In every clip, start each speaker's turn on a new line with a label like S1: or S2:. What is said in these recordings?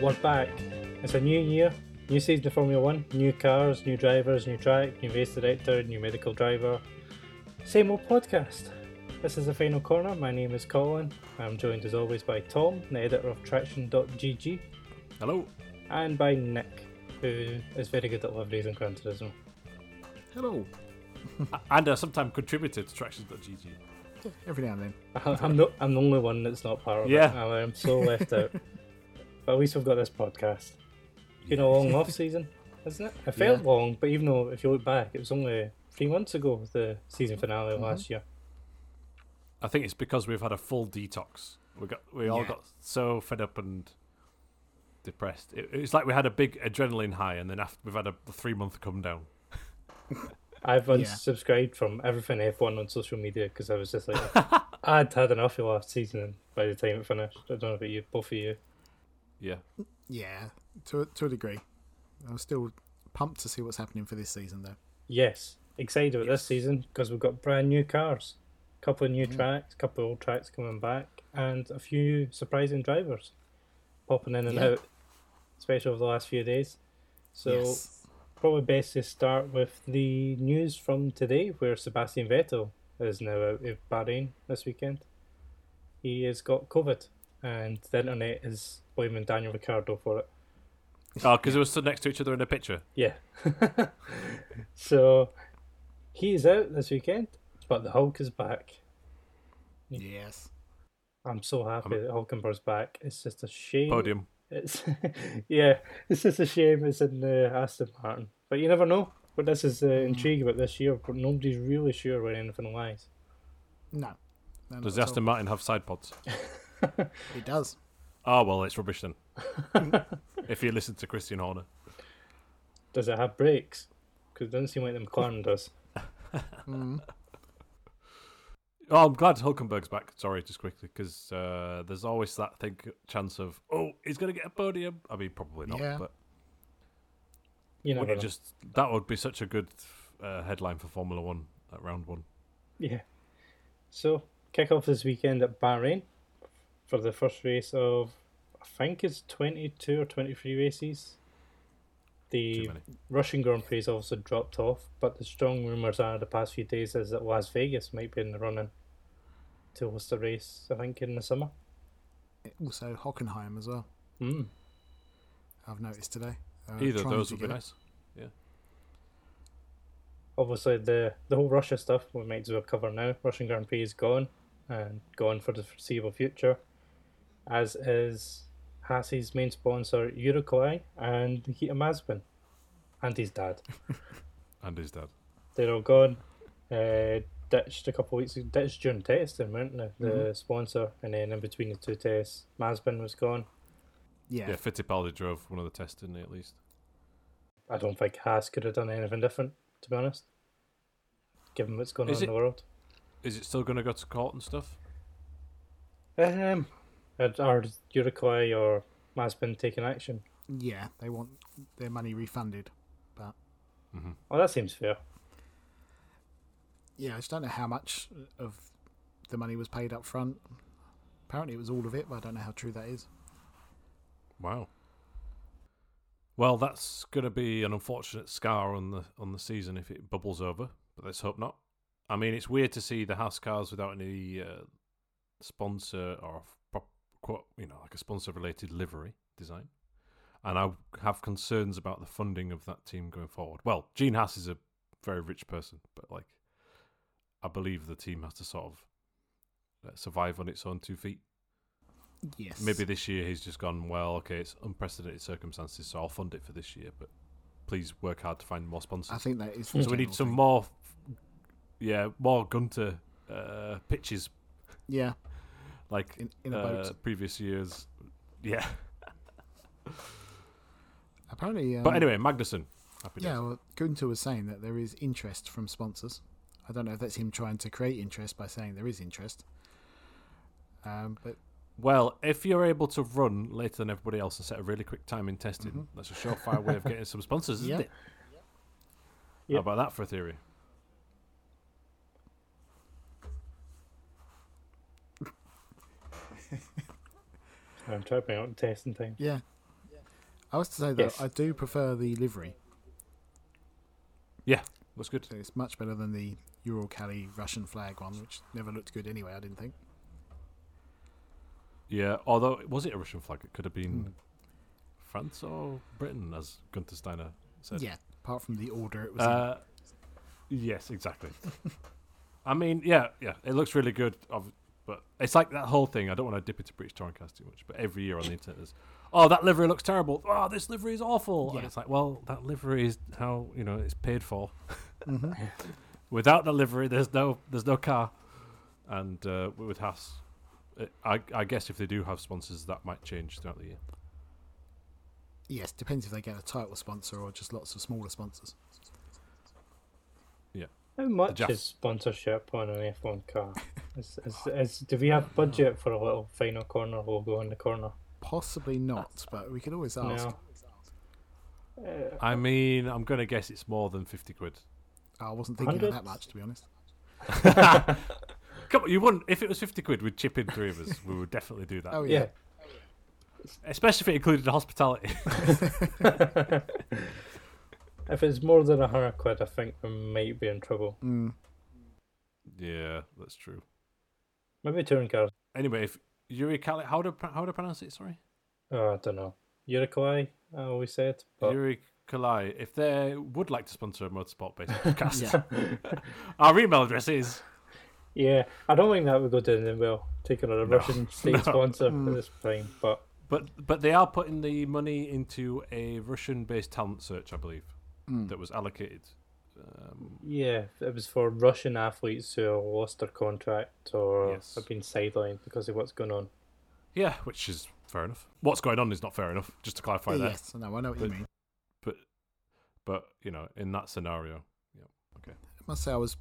S1: we're back. It's a new year, new season of Formula One, new cars, new drivers, new track, new race director, new medical driver. Same old podcast. This is the final corner. My name is Colin. I'm joined as always by Tom, the editor of Traction.gg,
S2: Hello.
S1: and by Nick, who is very good at liveries and Gran Turismo.
S3: Hello.
S2: And a sometime contributor to Tractions.gg.
S3: Every now and then.
S1: I- I'm not. I'm the only one that's not part of
S2: Yeah.
S1: it. I- I'm so left out. But at least we've got this podcast. It's been a long off season, isn't it? It felt
S3: Yeah.
S1: long, but even though if you look back, it was only three months ago the season finale of last year.
S2: I think it's because we've had a full detox. We got we all
S3: Yeah.
S2: got so fed up and depressed. It, it's like we had a big adrenaline high, and then after we've had a three month come down.
S1: I've unsubscribed from everything F1 on social media because I was just like, I'd had enough of last season by the time it finished. I don't know about you, both of you.
S2: Yeah.
S3: Yeah, to a, to a degree. I'm still pumped to see what's happening for this season, though.
S1: Yes, excited about this season because we've got brand new cars, couple of new tracks, couple of old tracks coming back, and a few surprising drivers popping in and
S3: Yeah.
S1: out, especially over the last few days. So probably best to start with the news from today, where Sebastian Vettel is now out of Bahrain this weekend. He has got COVID, and the internet is blaming Daniel Ricciardo for it.
S2: Oh, because they were stood next to each other in a picture.
S1: Yeah. so he's out this weekend, but the Hulk is back.
S3: yes.
S1: I'm so happy that Hulkenberg's back. It's just a shame.
S2: Podium.
S1: It's yeah, it's just a shame it's in the Aston Martin. But you never know. But this is the
S2: Mm.
S1: intrigue about this year. But nobody's really sure where anything lies.
S3: No. no
S2: Does the
S3: not at
S2: Aston Martin have side pods?
S3: all. It does.
S2: Oh, well, it's rubbish then. if you listen to Christian Horner.
S1: Does it have brakes? Because it doesn't seem like the McLaren does.
S3: Mm.
S2: Oh, I'm glad Hulkenberg's back. Sorry, just quickly, because uh, there's always that thing chance of, oh, he's going to get a podium. I mean, probably not,
S3: Yeah.
S2: but
S1: You never know.
S2: Wouldn't it just that would be such a good uh, headline for Formula One at round one.
S1: Yeah. So kick off this weekend at Bahrain for the first race of I think it's twenty two or twenty three races.
S2: Too
S1: The
S2: many.
S1: Russian Grand Prix has also dropped off, but the strong rumours are the past few days is that Las Vegas might be in the running to host a race, I think, in the summer.
S3: Also, Hockenheim as well.
S2: Hmm.
S1: Mm.
S3: I've noticed today. Uh,
S2: Either of
S3: trying
S2: those
S3: to
S2: would be
S3: get-
S2: nice.
S1: Obviously the the whole Russia stuff we might as well cover now. Russian Grand Prix is gone and gone for the foreseeable future. As is Hasse's main sponsor Uruguay and Nikita Mazepin. And his dad.
S2: And his dad.
S1: They're all gone. Uh, ditched a couple of weeks ago ditched during testing, weren't they? The
S2: Mm-hmm.
S1: sponsor and then in between the two tests Mazepin was gone.
S3: Yeah.
S2: Yeah, Fittipaldi drove one of the tests, didn't he? At least.
S1: I don't think Haas could have done anything different, to be honest. Given what's going
S2: Is
S1: on in
S2: it-
S1: the world.
S2: Is it still going to go to court and stuff?
S1: Um, are- are Uruguay or Mazepin taking action?
S3: Yeah, they want their money refunded. But,
S1: Oh, that seems fair.
S3: yeah, I just don't know how much of the money was paid up front. Apparently, it was all of it, but I don't know how true that is.
S2: Wow. Well, that's going to be an unfortunate scar on the on the season if it bubbles over. But let's hope not. I mean, it's weird to see the house cars without any uh, sponsor or prop, quote, you know, like a sponsor-related livery design. And I have concerns about the funding of that team going forward. Well, Gene Haas is a very rich person, but like, I believe the team has to sort of uh, survive on its own two feet.
S3: Yes.
S2: Maybe this year he's just gone, well, okay, it's unprecedented circumstances, so I'll fund it for this year, but please work hard to find more
S3: I
S2: sponsors.
S3: think that is. the
S2: So we need
S3: general
S2: some
S3: thing.
S2: more, yeah, more Gunter uh, pitches
S3: Yeah,
S2: like
S3: in, in a
S2: uh,
S3: boat.
S2: previous years. Yeah.
S3: Apparently. Um,
S2: but anyway, Magnussen. Happy
S3: Yeah,
S2: days.
S3: well, Gunter was saying that there is interest from sponsors. I don't know if that's him trying to create interest by saying there is interest. Um, but
S2: Well, if you're able to run later than everybody else and set a really quick time in testing, that's a surefire way of getting some sponsors, isn't
S3: Mm-hmm. Yeah.
S2: it?
S1: Yeah.
S2: How about that for a theory?
S1: I'm trying to bring out testing time.
S3: yeah, I was to say though,
S1: Yes.
S3: I do prefer the livery.
S2: Yeah, looks good.
S3: So It's much better than the Ural Kali Russian flag one, which never looked good anyway. I didn't think.
S2: Yeah, although was it a Russian flag? It could have been France or Britain, as Gunther Steiner said.
S3: Yeah, apart from the order it was
S2: Uh, yes, exactly. I mean, yeah, yeah, it looks really good. Of, but it's like that whole thing. I don't want to dip into British Torncast too much, but every year on the internet, there's, oh, that livery looks terrible. Oh, this livery is awful. And
S3: Yeah.
S2: it's like, well, that livery is how you know it's paid for.
S3: in. Mhm.
S2: Without the livery, there's no there's no car. And uh, with Haas, it, I, I guess if they do have sponsors, that might change throughout the year.
S3: Yes, depends if they get a title sponsor or just lots of smaller sponsors.
S1: How much
S2: Jaf-
S1: is sponsorship on an F1 car? Is, is, is, do we have budget for a little final corner logo in the corner?
S3: Possibly not, but we could always ask.
S1: No. Uh,
S2: I mean, I'm going to guess it's more than 50 quid.
S3: I wasn't thinking of that
S1: Hundreds?
S3: much, to be honest. Oh,
S2: Come on, you wouldn't. If it was 50 quid, we'd chip in three of us. We would definitely do that.
S3: Oh yeah,
S1: yeah.
S2: Especially if it included the hospitality.
S1: if it's more than a hundred quid, I think we might be in trouble.
S3: Mm.
S2: yeah, that's true.
S1: Maybe touring cars.
S2: Anyway, if Yuri Kali, how do I- how do I pronounce it? Sorry,
S1: Oh, I don't know. Uruguay, I always said. But
S2: Yuri Kali. If they would like to sponsor a motorsport based podcast,
S3: yeah.
S2: our email address is
S1: yeah, I don't think that would go down that well. Taking on a Russian state
S2: no.
S1: sponsor at this time, but
S2: But but they are putting the money into a Russian-based talent search, I believe,
S3: mm.
S2: that was allocated. Um,
S1: yeah, it was for Russian athletes who lost their contract or
S2: Yes.
S1: have been sidelined because of what's going on.
S2: yeah, which is fair enough. What's going on is not fair enough. Just to clarify that.
S3: yes, no, I know what you
S2: But-
S3: mean.
S2: But but you know, in that scenario,
S3: I must say, I was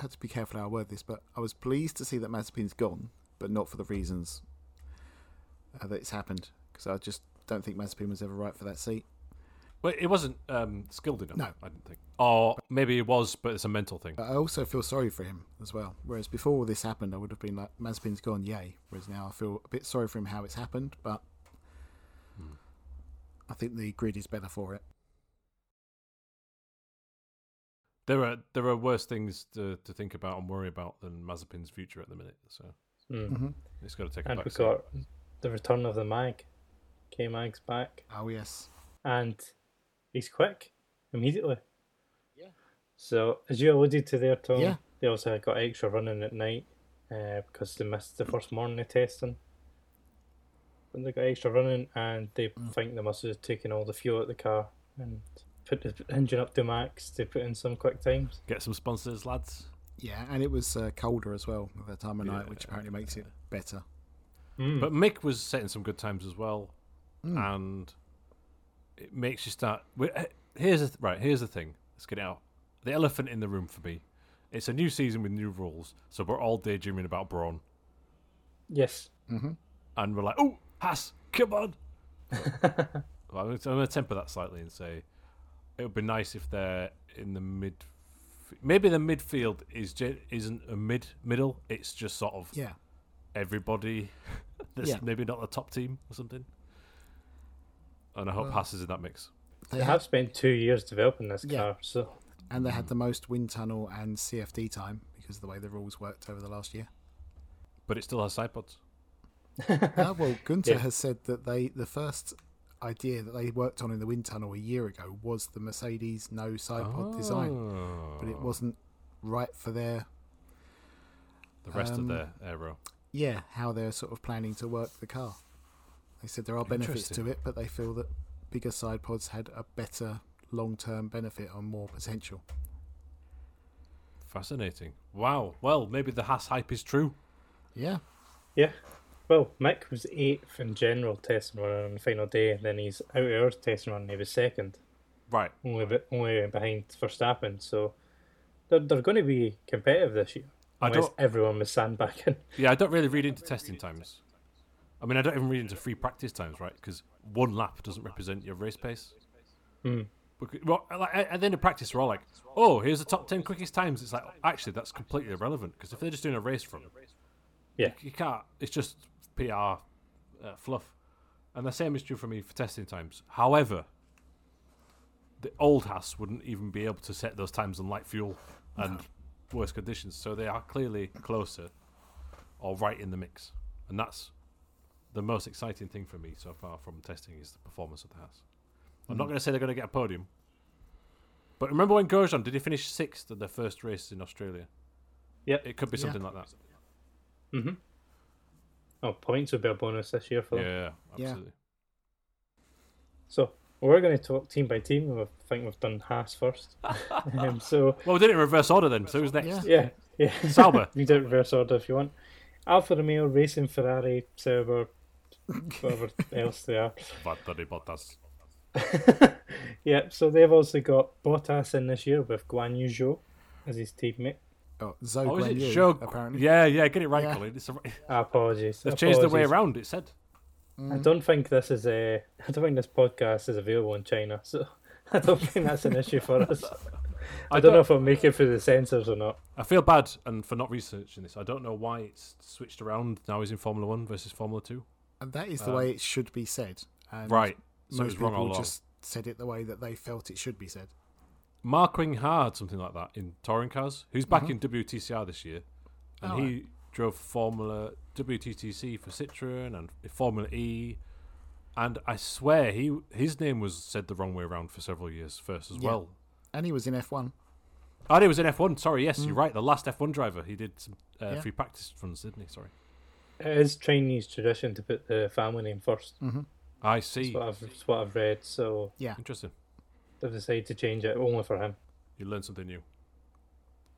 S3: had to be careful how I word this, but I was pleased to see that Mazepin's gone, but not for the reasons uh, that it's happened, because I just don't think Mazepin was ever right for that seat.
S2: well, it wasn't um, skilled enough.
S3: No.
S2: I didn't think. Or maybe it was, but it's a mental thing.
S3: But I also feel sorry for him as well. Whereas before all this happened, I would have been like, Mazepin's gone, yay. Whereas now I feel a bit sorry for him how it's happened, but I think the grid is better for it.
S2: There are there are worse things to, to think about and worry about than Mazepin's future at the minute. So
S1: Hmm.
S3: hmm
S2: it's got to take a
S1: And we
S2: back. seat.
S1: got the return of the mag. K Mag's back.
S3: Oh, yes.
S1: and he's quick immediately. Yeah. So as you alluded to there, Tom,
S3: Yeah.
S1: they also got extra running at night uh, because they missed the first morning of testing. And they got extra running, and they
S3: Mm.
S1: think they must have taken all the fuel out of the car and put the engine up to max to put in some quick times.
S2: Get some sponsors, lads.
S3: Yeah, and it was uh, colder as well at that time of night, which
S2: Yeah.
S3: apparently makes it better.
S1: Hmm.
S2: But Mick was setting some good times as well, and it makes you start. we- eh, Here's the th- right. Here's the thing. Let's get it out. The elephant in the room for me. It's a new season with new rules, so we're all daydreaming about Braun,
S1: Yes.
S2: and we're like, "Oh, Haas, come on!" well, I'm going to temper that slightly and say it would be nice if they're in the mid. Maybe the midfield is ge- isn't a mid middle. It's just sort of
S3: Yeah.
S2: everybody that's
S3: Yeah.
S2: maybe not the top team or something. And I hope Haas is in that mix.
S1: They have spent two years developing this
S3: Yeah.
S1: car, so
S3: And they had the most wind tunnel and CFD time because of the way the rules worked over the last year.
S2: But it still has side pods.
S3: Ah, well, Gunter
S1: Yeah.
S3: has said that they the first idea that they worked on in the wind tunnel a year ago was the Mercedes no side pod design,
S2: Ah.
S3: but
S2: Oh.
S3: it wasn't right for their
S2: The rest
S3: um,
S2: of their aero.
S3: yeah how they're sort of planning to work the car. They said there are benefits to
S2: Interesting.
S3: it, but they feel that bigger side pods had a better long term benefit or more potential.
S2: Fascinating. Wow. Well, maybe the Haas hype is true.
S3: Yeah,
S1: Yeah. Well, Mick was eighth in general testing run on the final day, and then he's out of hours testing run, and he was second,
S2: Right.
S1: only bit, only behind Verstappen. So they're, they're going to be competitive this year.
S2: I
S1: Unless
S2: don't-
S1: everyone was sandbagging.
S2: Yeah, I don't really read into testing times. I mean, I don't even read into free practice times, right? Because one lap doesn't represent your race pace. Becau- Well, like, at at the end of practice, we're all like, "Oh, here's the top ten quickest times." It's like, actually, that's completely irrelevant because if they're just doing a race run,
S1: Yeah.
S2: you can't. It's just PR uh, fluff. And the same is true for me for testing times. However, the old Haas wouldn't even be able to set those times on light fuel and worse conditions, so they are clearly closer or right in the mix. And that's the most exciting thing for me so far from testing is the performance of the Haas. I'm not going to say they're going to get a podium, but remember when Grosjean did he finish sixth at their first race in Australia?
S1: Yep.
S2: it could be
S3: Yeah.
S2: something like that.
S1: Mm-hmm. Oh, points would be a bonus this year for them.
S2: Yeah,
S3: Yeah.
S2: absolutely.
S1: So we're going to talk team by team. I think we've done Haas first. um, so
S2: Well, we did it in reverse order then. So who's next?
S3: Yeah.
S1: yeah, yeah.
S2: Sauber.
S1: you do it reverse order if you want. Alfa Romeo, Racing Ferrari, Sauber, whatever else they are.
S2: Valtteri Bottas.
S1: Yep. So they've also got Bottas in this year with Guan Yu Zhou as his teammate.
S3: Oh, Zoe
S2: Oh, is it
S3: Guanyu,
S2: Joe?
S3: apparently.
S2: Yeah, yeah, get it right,
S3: Yeah.
S2: Colin. It's a,
S1: Apologies.
S2: they've changed the way
S1: apologies.
S2: around, it said.
S1: I don't think this is a. I don't think this podcast is available in China, so I don't think that's an issue for us. I, don't know if I'll make it through the censors or not.
S2: I feel bad and for not researching this. I don't know why it's switched around. Now he's in Formula 1 versus Formula 2.
S3: And that is the way it should be said. And
S2: Um, Right. So
S3: Most
S2: it's wrong all
S3: people
S2: along.
S3: just said it the way that they felt it should be said.
S2: Marking Hard, something like that, in touring cars, who's back in WTCR this year. And
S3: Oh,
S2: he drove Formula WTTC for Citroën and Formula E. And I swear he his name was said the wrong way around for several years first as
S3: Yeah.
S2: well.
S3: And he was in F1.
S2: Oh, no, it was an F1. Sorry, yes, you're right. The last F1 driver. He did some uh,
S3: Yeah.
S2: free practice runs, didn't he? Sorry.
S1: It is Chinese tradition to put the family name first.
S2: I see.
S1: That's what I've, that's what I've read, so
S3: Yeah.
S2: Interesting.
S1: they've decided to change it only for him.
S2: You learn something new.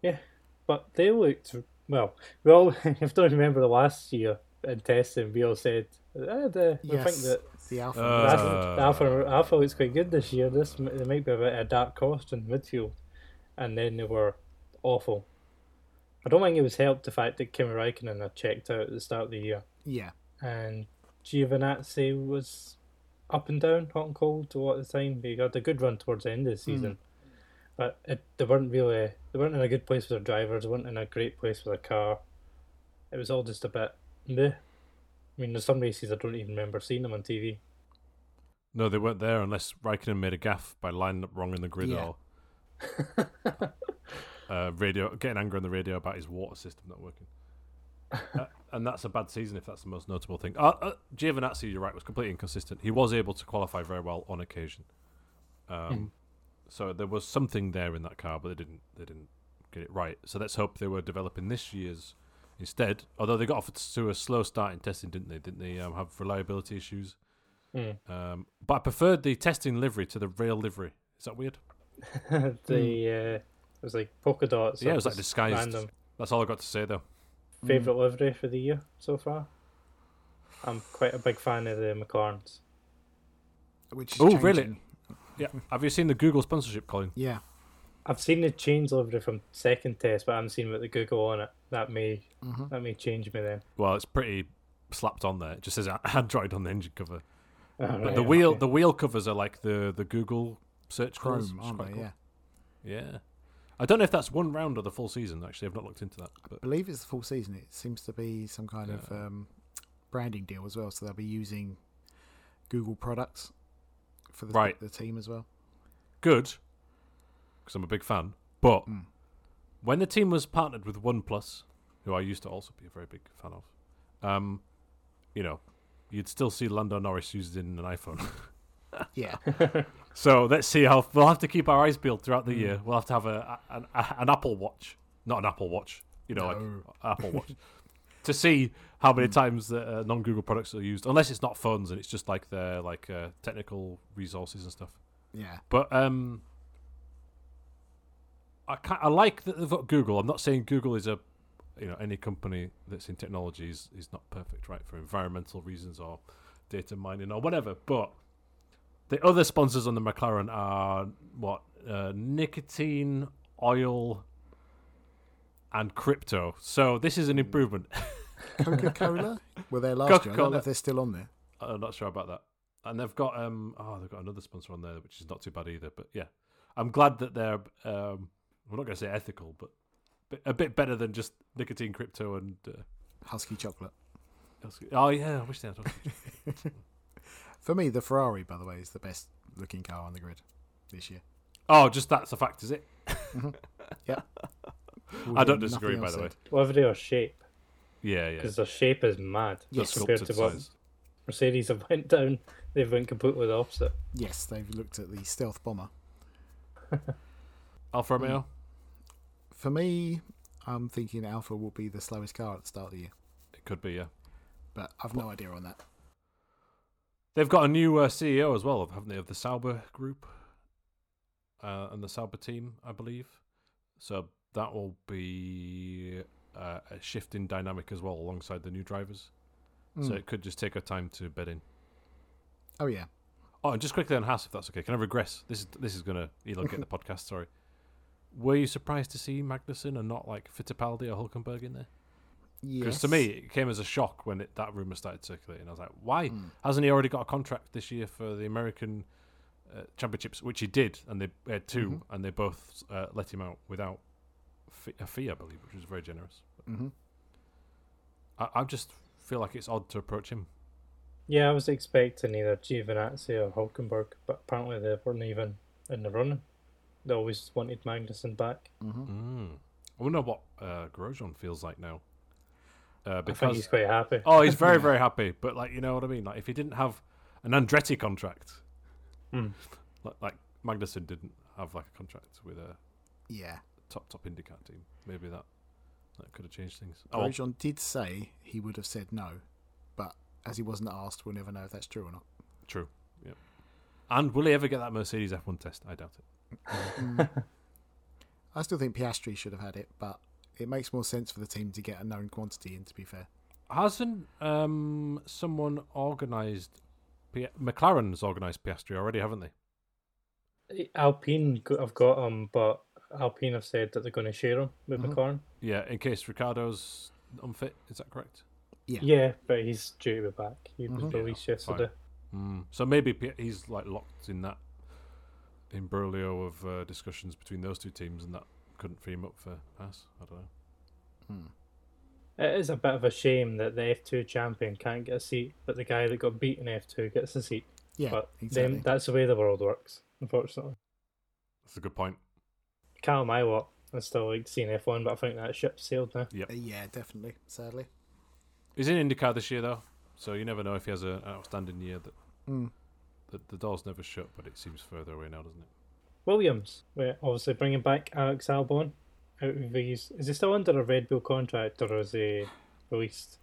S1: Yeah, but they looked well. We all, if you don't remember the last year in testing, we all said, eh, the, we
S3: yes.
S1: think that
S3: the Alpha.
S2: Uh,
S1: That's- the Alpha, Alpha looks quite good this year. This m- there might be a bit of a dark cost in midfield, and then they were awful. I don't think it was helped the fact that Kimi Raikkonen had checked out at the start of the year,
S3: yeah.
S1: and Giovinazzi was up and down, hot and cold a lot of the time. He got a good run towards the end of the season, but it, they weren't really they weren't in a good place with their drivers. They weren't in a great place with their car. It was all just a bit. Meh. I mean, there's some races I don't even remember seeing them on TV.
S2: No, they weren't there unless Raikkonen made a gaff by lining up wrong in the grid
S3: Yeah.
S2: or uh, radio getting angry on the radio about his water system not working. Uh, and that's a bad season if that's the most notable thing. Uh, uh, Giovinazzi, you're right, was completely inconsistent. He was able to qualify very well on occasion. Um, So there was something there in that car, but they didn't they didn't get it right. So let's hope they were developing this year's instead. Although they got off to a slow start in testing, didn't they? Didn't they um, have reliability issues?
S1: Mm.
S2: Um, but I preferred the testing livery to the real livery. Is that weird?
S1: the uh, it was like polka dots.
S2: Hmm. yeah,
S1: or
S2: it was like
S1: just
S2: disguised. Hmm.
S1: Random
S2: That's all I got to say though.
S1: favorite livery for the year so far. I'm quite a big fan of the McLarens.
S3: Which is
S2: Oh, really?
S3: changing.
S2: Yeah. Have you seen the Google sponsorship, Colin?
S3: Yeah.
S1: I've seen the change livery from second test, but I haven't seen what the Google on it. That may
S3: Mm-hmm.
S1: that may change me then.
S2: Well, it's pretty slapped on there. It just says Android on the engine cover. But
S1: Alright,
S2: the wheel
S1: okay.
S2: the wheel covers are like the the Google search colours,
S3: Chrome,
S2: which is
S3: aren't
S2: quite
S3: they?
S2: cool.
S3: Yeah.
S2: Yeah. I don't know if that's one round or the full season. Actually, I've not looked into that. But
S3: I believe it's the full season. It seems to be some kind of um, branding deal as well. So they'll be using Google products for the,
S2: Right.
S3: the team as well.
S2: good because I'm a big fan. But
S3: Mm.
S2: when the team was partnered with OnePlus, who I used to also be a very big fan of, um, you know, you'd still see Lando Norris used in an iPhone.
S3: Yeah.
S2: so let's see how we'll have to keep our eyes peeled throughout the year. We'll have to have a, a- an, a, an Apple Watch, not an Apple Watch, you know, like Apple Watch, to see how many times that uh, non-Google products are used, unless it's not phones and it's just like their like uh, technical resources and stuff.
S3: yeah.
S2: But um, I can I like that they've got Google. I'm not saying Google is a you know any company that's in technology is, is not perfect, right, for environmental reasons or data mining or whatever. But the other sponsors on the McLaren are what uh, nicotine, oil, and crypto. So this is an improvement.
S3: Coca Cola were there last year. I don't
S2: Coca-Cola.
S3: know if they're still on there.
S2: I'm not sure about that. And they've got um oh they've got another sponsor on there which is not too bad either. But yeah, I'm glad that they're um I'm not going to say ethical, but bi- a bit better than just nicotine, crypto, and uh,
S3: Husky chocolate.
S2: else- oh yeah, I wish they had.
S3: For me, the Ferrari, by the way, is the best looking car on the grid this year.
S2: Oh, just that's the fact, is it?
S3: Yep.
S2: I
S3: With
S2: don't
S3: nothing
S2: disagree, by
S3: else
S2: the way.
S3: said.
S1: Whether they are shape,
S2: Yeah, yeah.
S1: because their shape is mad
S3: Yeah,
S1: compared to
S2: sculpted
S1: what
S2: size.
S1: Mercedes have went down. They've went completely the opposite.
S3: Yes, they've looked at the stealth bomber.
S2: Alfa Romeo.
S3: For me, I'm thinking Alpha will be the slowest car at the start of the year,
S2: It could be. Yeah,
S3: but I've no idea on that.
S2: they've got a new uh, CEO as well, haven't they? Of the Sauber Group uh, and the Sauber team, I believe. So that will be uh, a shift in dynamic as well, alongside the new drivers. So
S3: Mm.
S2: it could just take a time to bed in.
S3: Oh yeah,
S2: Oh, and just quickly on Haas, if that's okay. Can I regress? This is this is gonna elongate the podcast. Sorry. Were you surprised to see Magnussen and not like Fittipaldi or Hulkenberg in there? Because
S3: yes.
S2: to me, it came as a shock when it, that rumor started circulating. I was like, why
S1: Hmm.
S2: hasn't he already got a contract this year for the American uh, Championships, which he did, and they he had 2
S1: Mm-hmm.
S2: and they both uh, let him out without fee, a fee, I believe, which was very generous.
S3: Mhm.
S2: I, I just feel like it's odd to approach him.
S1: Yeah, I was expecting either Giovinazzi or Hulkenberg, but apparently they weren't even in the running. They always wanted Magnussen back.
S2: Mm. I wonder what uh, Grosjean feels like now. Uh,
S1: I think he's
S2: because
S1: quite happy.
S2: oh, he's very very happy, but like you know what I mean. Like if he didn't have an Andretti contract,
S1: Mm.
S2: like, like Magnussen didn't have like a contract with uh, a
S3: yeah.
S2: top top IndyCar team, maybe that that could have changed things. Oh,
S3: Grosjean did say he would have said no, but as he wasn't asked, we'll never know if that's true or not.
S2: true. Yep. And will he ever get that Mercedes F1 test? I doubt it.
S3: I still think Piastri should have had it, but it makes more sense for the team to get a known quantity in. To be fair,
S2: Hasn't um someone organised? P- McLaren's organised Piastri already, haven't they?
S1: Alpine go- have got him, but Alpine have said that they're going to share him with
S3: Mm-hmm.
S1: McLaren.
S2: Yeah, in case Ricardo's unfit, is that correct?
S1: Yeah, but he's due to be back. He was
S3: Mm-hmm.
S2: Yeah,
S1: released
S2: fine.
S1: yesterday.
S2: Mm. So maybe P- he's like locked in that imbroglio of uh, discussions between those two teams, and that couldn't free him up for pass. I don't know.
S1: It is a bit of a shame that the F2 champion can't get a seat, but the guy that got beat in F2 gets a seat.
S3: yeah,
S1: but
S3: exactly.
S1: then, that's the way the world works, unfortunately.
S2: That's a good point.
S1: Cal my what? I still like seeing F1, but I think that ship sailed now.
S3: Uh, yeah, definitely. Sadly,
S2: He's in IndyCar this year though, so you never know if he has a- an outstanding year. That
S3: Mm.
S2: the, the door's never shut, but it seems further away now, doesn't it?
S1: Williams, we're obviously bringing back Alex Albon out of these. Is he still under a Red Bull contract or is he released?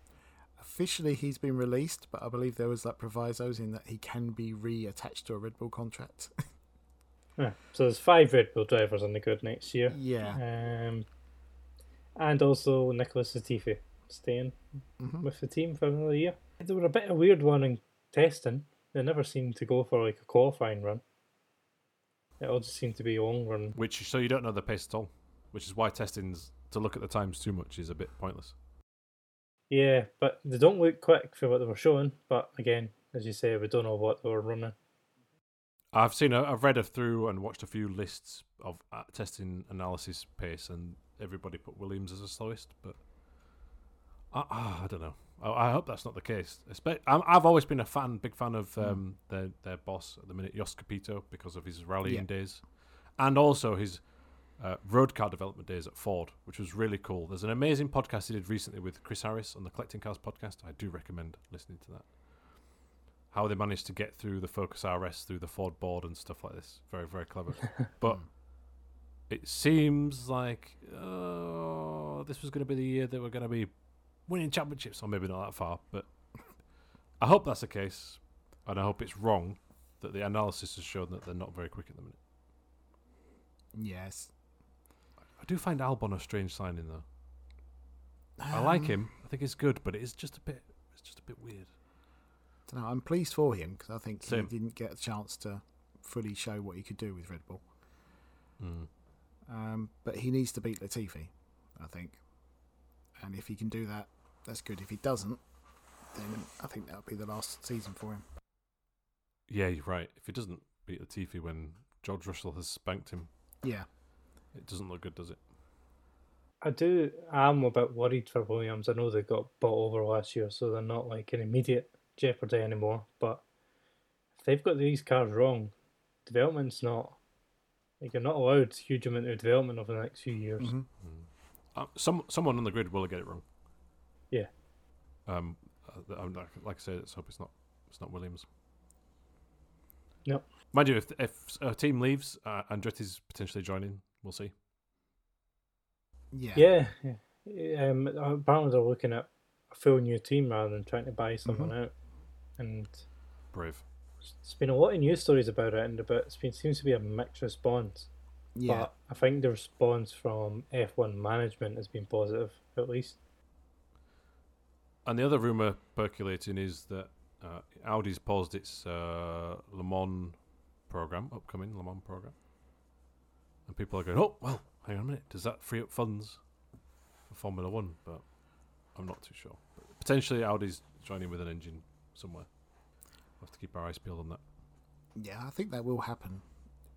S3: officially he's been released, but I believe there was like provisos in that he can be reattached to a Red Bull contract.
S1: Yeah. So there's five Red Bull drivers on the grid next year.
S3: yeah,
S1: Um, and also Nicholas Latifi staying with the team for another year. They were a bit of a weird one in testing. They never seemed to go for like a qualifying run. It all just seemed to be a long run.
S2: Which so you don't know the pace at all, which is why testing's to look at the times too much is a bit pointless.
S1: Yeah, but they don't look quick for what they were showing. But again, as you say, we don't know what they were running.
S2: I've seen, a, I've read a through and watched a few lists of uh, testing analysis pace, and everybody put Williams as the slowest, but I, ah, I don't know. I, I hope that's not the case. Espe- I'm, I've always been a fan, big fan of um, their their boss at the minute, Jos Capito, because of his rallying
S3: Yeah.
S2: days, and also his uh, road car development days at Ford, which was really cool. There's an amazing podcast he did recently with Chris Harris on the Collecting Cars podcast. I do recommend listening to that. How they managed to get through the Focus RS through the Ford board and stuff like this. Very, very clever. but it seems like oh, this was going to be the year that we're going to be winning championships, or maybe not that far. But I hope that's the case, and I hope it's wrong that the analysis has shown that they're not very quick at the minute.
S3: yes.
S2: I do find Albon a strange signing though.
S3: Um,
S2: I like him. I think he's good, but it is just a bit. It's just a bit weird.
S3: Dunno, I'm pleased for him because I think
S2: Same.
S3: he didn't get a chance to fully show what he could do with Red Bull. Um, but he needs to beat Latifi, I think. And if he can do that, that's good. If he doesn't, then I think that'll be the last season for him.
S2: Yeah, you're right. If he doesn't beat Latifi when George Russell has spanked him,
S3: Yeah.
S2: it doesn't look good, does it?
S1: I do. I'm a bit worried for Williams. I know they got bought over last year, so they're not like an immediate jeopardy anymore. But if they've got these cars wrong, development's not like you're not allowed a huge amount of development over the next few years.
S2: Uh, some someone on the grid will get it wrong.
S1: Yeah.
S2: Um, uh, I'm not- like I said, let's hope it's not it's not Williams.
S1: Nope.
S2: Mind you, if if a team leaves, uh, Andretti's potentially joining. We'll see.
S3: Yeah.
S1: Yeah. yeah. Um, apparently they're looking at a full new team rather than trying to buy someone out, and
S2: Brave.
S1: there's been a lot of news stories about it, and about it's been seems to be a mixed response.
S3: Yeah.
S1: But I think the response from F1 management has been positive, at least.
S2: And the other rumor percolating is that uh, Audi's paused its uh, Le Mans program, upcoming Le Mans program, and people are going, "Oh, well, hang on a minute, does that free up funds for Formula One?" But I'm not too sure. But potentially, Audi's joining with an engine somewhere. We'll have to keep our eyes peeled on that.
S3: Yeah, I think that will happen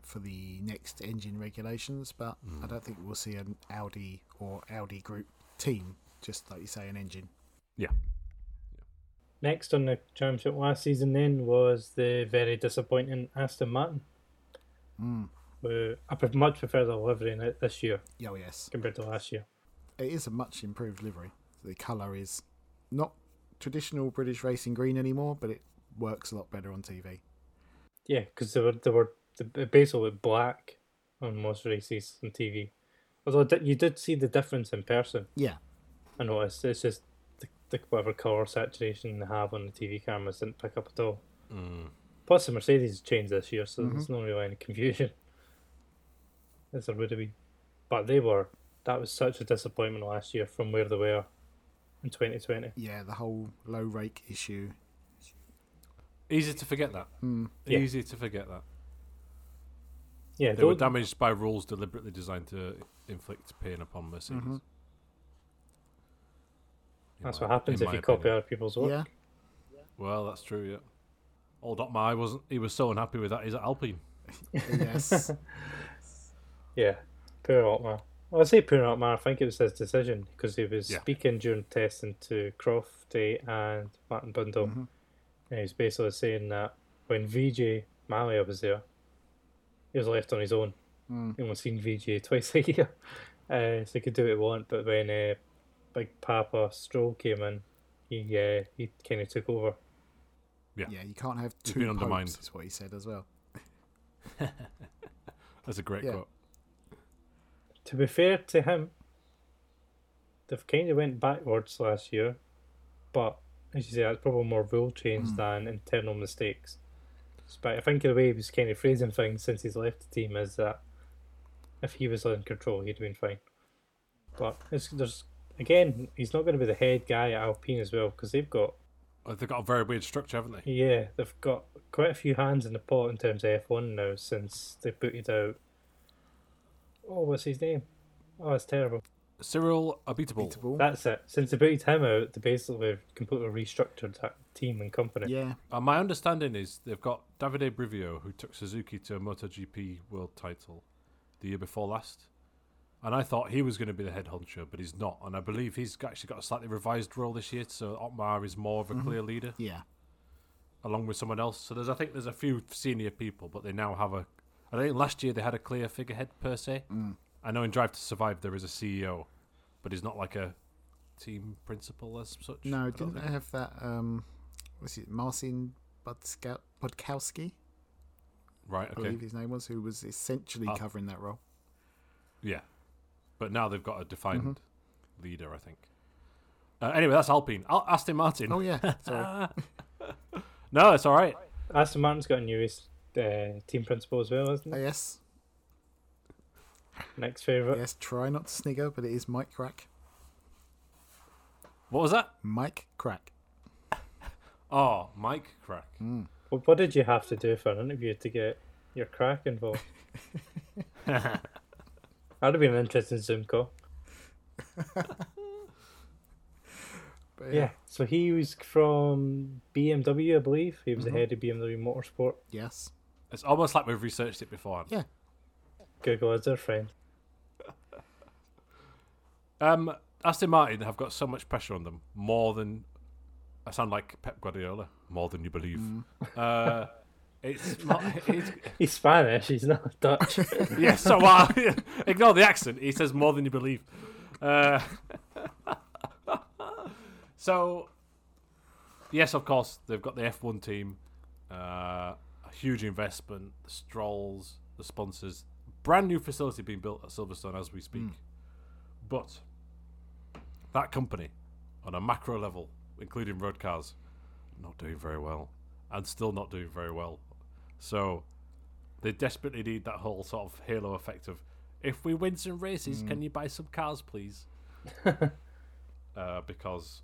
S3: for the next engine regulations, but
S2: Hmm.
S3: I don't think we'll see an Audi or Audi group team, just like you say, an engine.
S2: Yeah.
S1: Next on the championship last season, then, was the very disappointing Aston Martin. Who I pre- much prefer the livery in it this year
S3: Yeah, Oh, yes.
S1: compared to last year.
S3: It is a much improved livery. The colour is not traditional British racing green anymore, but it works a lot better on TV.
S1: Yeah, because they were they were they basically black on most races on TV. Although di- you did see the difference in person.
S3: Yeah.
S1: I noticed it's just the, the whatever color saturation they have on the TV cameras didn't pick up at all.
S2: Mm.
S1: Plus, the Mercedes changed this year, so there's not really any confusion. As there would have been, but they were that was such a disappointment last year from where they were in 2020.
S3: Yeah, the whole low rake issue.
S2: Easy to forget that.
S1: Yeah.
S2: Easy to forget that.
S1: Yeah,
S2: They were
S1: don't-
S2: damaged by rules deliberately designed to inflict pain upon Mercedes. In
S1: that's
S2: my-
S1: what happens
S2: in
S1: if
S2: my
S1: you copy
S2: opinion.
S1: other people's work.
S3: Yeah.
S2: Well, that's true. Yeah. Old Otmar wasn't. He was so unhappy with that. He's at Alpine.
S3: yes.
S1: Yeah, poor Otmar. Well, I say poor Otmar. I think it was his decision because he was
S2: Yeah.
S1: speaking during testing to Crofty and Martin Bundle, and he was basically saying that when VJ Malia was there, he was left on his own. Mm. He only seen VJ twice a year, uh, so he could do what he want. But when uh, Big Papa Stroll came in, he uh, he kind of took over.
S3: Yeah, you can't have
S2: been
S3: two
S2: undermined.
S3: popes, is what he said as well.
S2: That's a great
S3: Yeah.
S2: quote.
S1: to be fair to him, they've kind of went backwards last year, but as you say, that's probably more rule change than internal mistakes. But I think the way he was kind of phrasing things since he's left the team is that if he was in control, he'd have been fine. But it's, there's again, he's not going to be the head guy at Alpine as well because they've got
S2: Uh, They've got a very weird structure, haven't they?
S1: yeah, they've got quite a few hands in the pot in terms of F1 now since they booted out. Oh, what's his name? Oh, it's terrible.
S2: Cyril Abitable.
S3: Beatable.
S1: That's it. Since they booted him out, they basically completely restructured that team and company.
S3: Yeah.
S2: Uh, my understanding is they've got Davide Brivio, who took Suzuki to a MotoGP world title the year before last. And I thought he was going to be the head honcho, but he's not. And I believe he's got- actually got a slightly revised role this year, so Otmar is more of
S3: Mm-hmm.
S2: a clear leader
S3: Yeah.
S2: along with someone else. So there's, I think, there's a few senior people, but they now have a. I think last year they had a clear figurehead per se.
S3: Mm.
S2: I know in Drive to Survive there is a CEO, but he's not like a team principal as such. I
S3: No,
S2: don't
S3: didn't
S2: think.
S3: they have that? Um, was it Marcin Budska- Budkowski?
S2: right?
S3: I
S2: Okay,
S3: believe his name was, who was essentially
S2: Ah.
S3: covering that role.
S2: Yeah. But now they've got a defined
S3: Mm-hmm.
S2: leader, I think. Uh, anyway, that's Alpine. Al- Aston Martin.
S3: Oh yeah, sorry.
S2: No, it's all right.
S1: Aston Martin's got a new uh, team principal as well, isn't
S3: Oh,
S1: it?
S3: yes,
S1: Next favourite.
S3: yes. Try not to snigger, but it is Mike Crack.
S2: What was that?
S3: Mike Crack.
S2: Oh, Mike Crack.
S3: Mm.
S1: What, what did you have to do for an interview to get your crack involved? That'd have been an interesting Zoom call.
S3: But,
S1: Yeah. So he was from BMW, I believe. He
S3: Mm-hmm.
S1: was the head of BMW Motorsport.
S3: Yes.
S2: It's almost like we've researched it beforehand.
S3: Yeah.
S1: Google is their friend.
S2: Um, Aston Martin have got so much pressure on them,
S3: Mm.
S2: more than I sound like Pep Guardiola, more than you believe. Uh, It's not. It's,
S1: He's Spanish. He's not Dutch.
S2: yeah, so uh, ignore the accent. He says more than you believe. Uh, so, yes, of course, they've got the F1 team, uh, a huge investment, the strolls, the sponsors, brand new facility being built at Silverstone as we speak. But that company, on a macro level, including road cars, not doing very well, and still not doing very well. So, they desperately need that whole sort of halo effect of if we win some races, can you buy some cars, please? uh, because,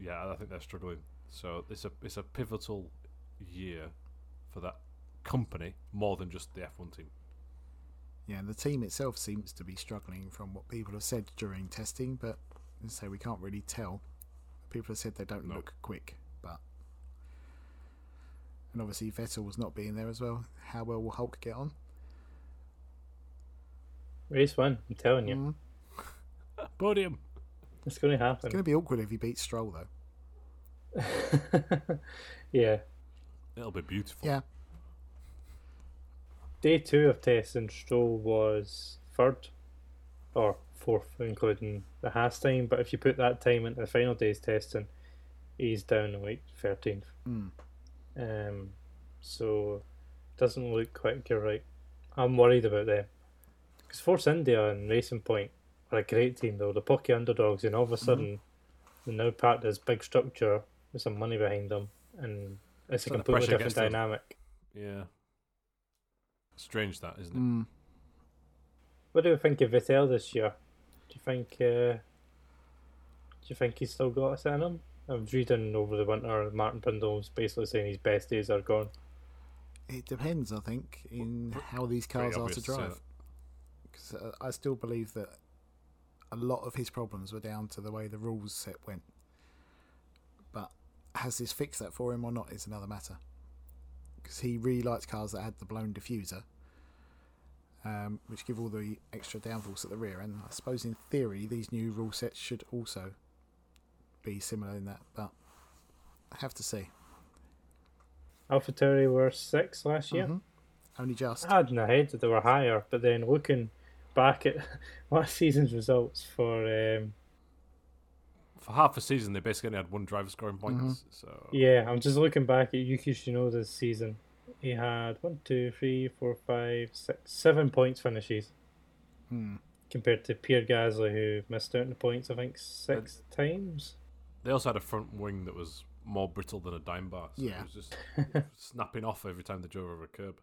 S2: yeah, I think they're struggling. So it's a it's a pivotal year for that company more than just the F1 team.
S3: Yeah, and the team itself seems to be struggling from what people have said during testing, but as I say, we can't really tell. People have said they don't
S2: No.
S3: look quick, but. And obviously, Vettel was not being there as well. How well will Hulk get on?
S1: Race one. I'm telling you,
S3: Mm.
S2: Podium.
S1: it's going to
S3: It's going
S1: happen.
S3: to be awkward if he beats Stroll, though.
S1: yeah.
S2: It'll be beautiful.
S3: Yeah,
S1: Day two of tests in Stroll was third or fourth, including the Haas time. But if you put that time into the final day's testing, he's down like 13th.
S2: Hmm.
S3: Mm.
S1: Um, so doesn't look quick, you're right. I'm worried about them. Because Force India and Racing Point are a great team, though. The pocky underdogs, and all of a
S2: Mm-hmm.
S1: sudden, they're now part of this big structure with some money behind them, and it's a
S2: So the
S1: completely
S2: pressure
S1: different
S2: gets to them.
S1: dynamic.
S2: Yeah. Strange that, isn't it?
S3: Mm.
S1: What do you think of Vettel this year? Do you think uh, do you think he's still got us in him? I was reading over the winter Martin Brundle's basically saying his best days are gone.
S3: it depends, I think, in how these cars
S2: Pretty
S3: are to
S2: obvious, uh,
S3: drive. Because uh, I still believe that a lot of his problems were down to the way the rules set went. But has this fixed that for him or not is another matter. Because he really likes cars that had the blown diffuser, um, which give all the extra downforce at the rear. And I suppose in theory, these new rule sets should also be similar in that. But I have to see.
S1: AlphaTauri were six last year.
S3: Mhm. Only just.
S1: I had in the head that they were higher, but then looking back at last season's results for um,
S2: For half a season, they basically only had one driver scoring points. So
S1: yeah, I'm just looking back at Yuki Shinoda's season. He had one, two, three, four, five, six, seven points finishes
S3: Hmm.
S1: compared to Pierre Gasly, who missed out on the points I think six times.
S2: they also had a front wing that was more brittle than a dime bar. So
S3: Yeah.
S2: It was just snapping off every time they drove over a curb.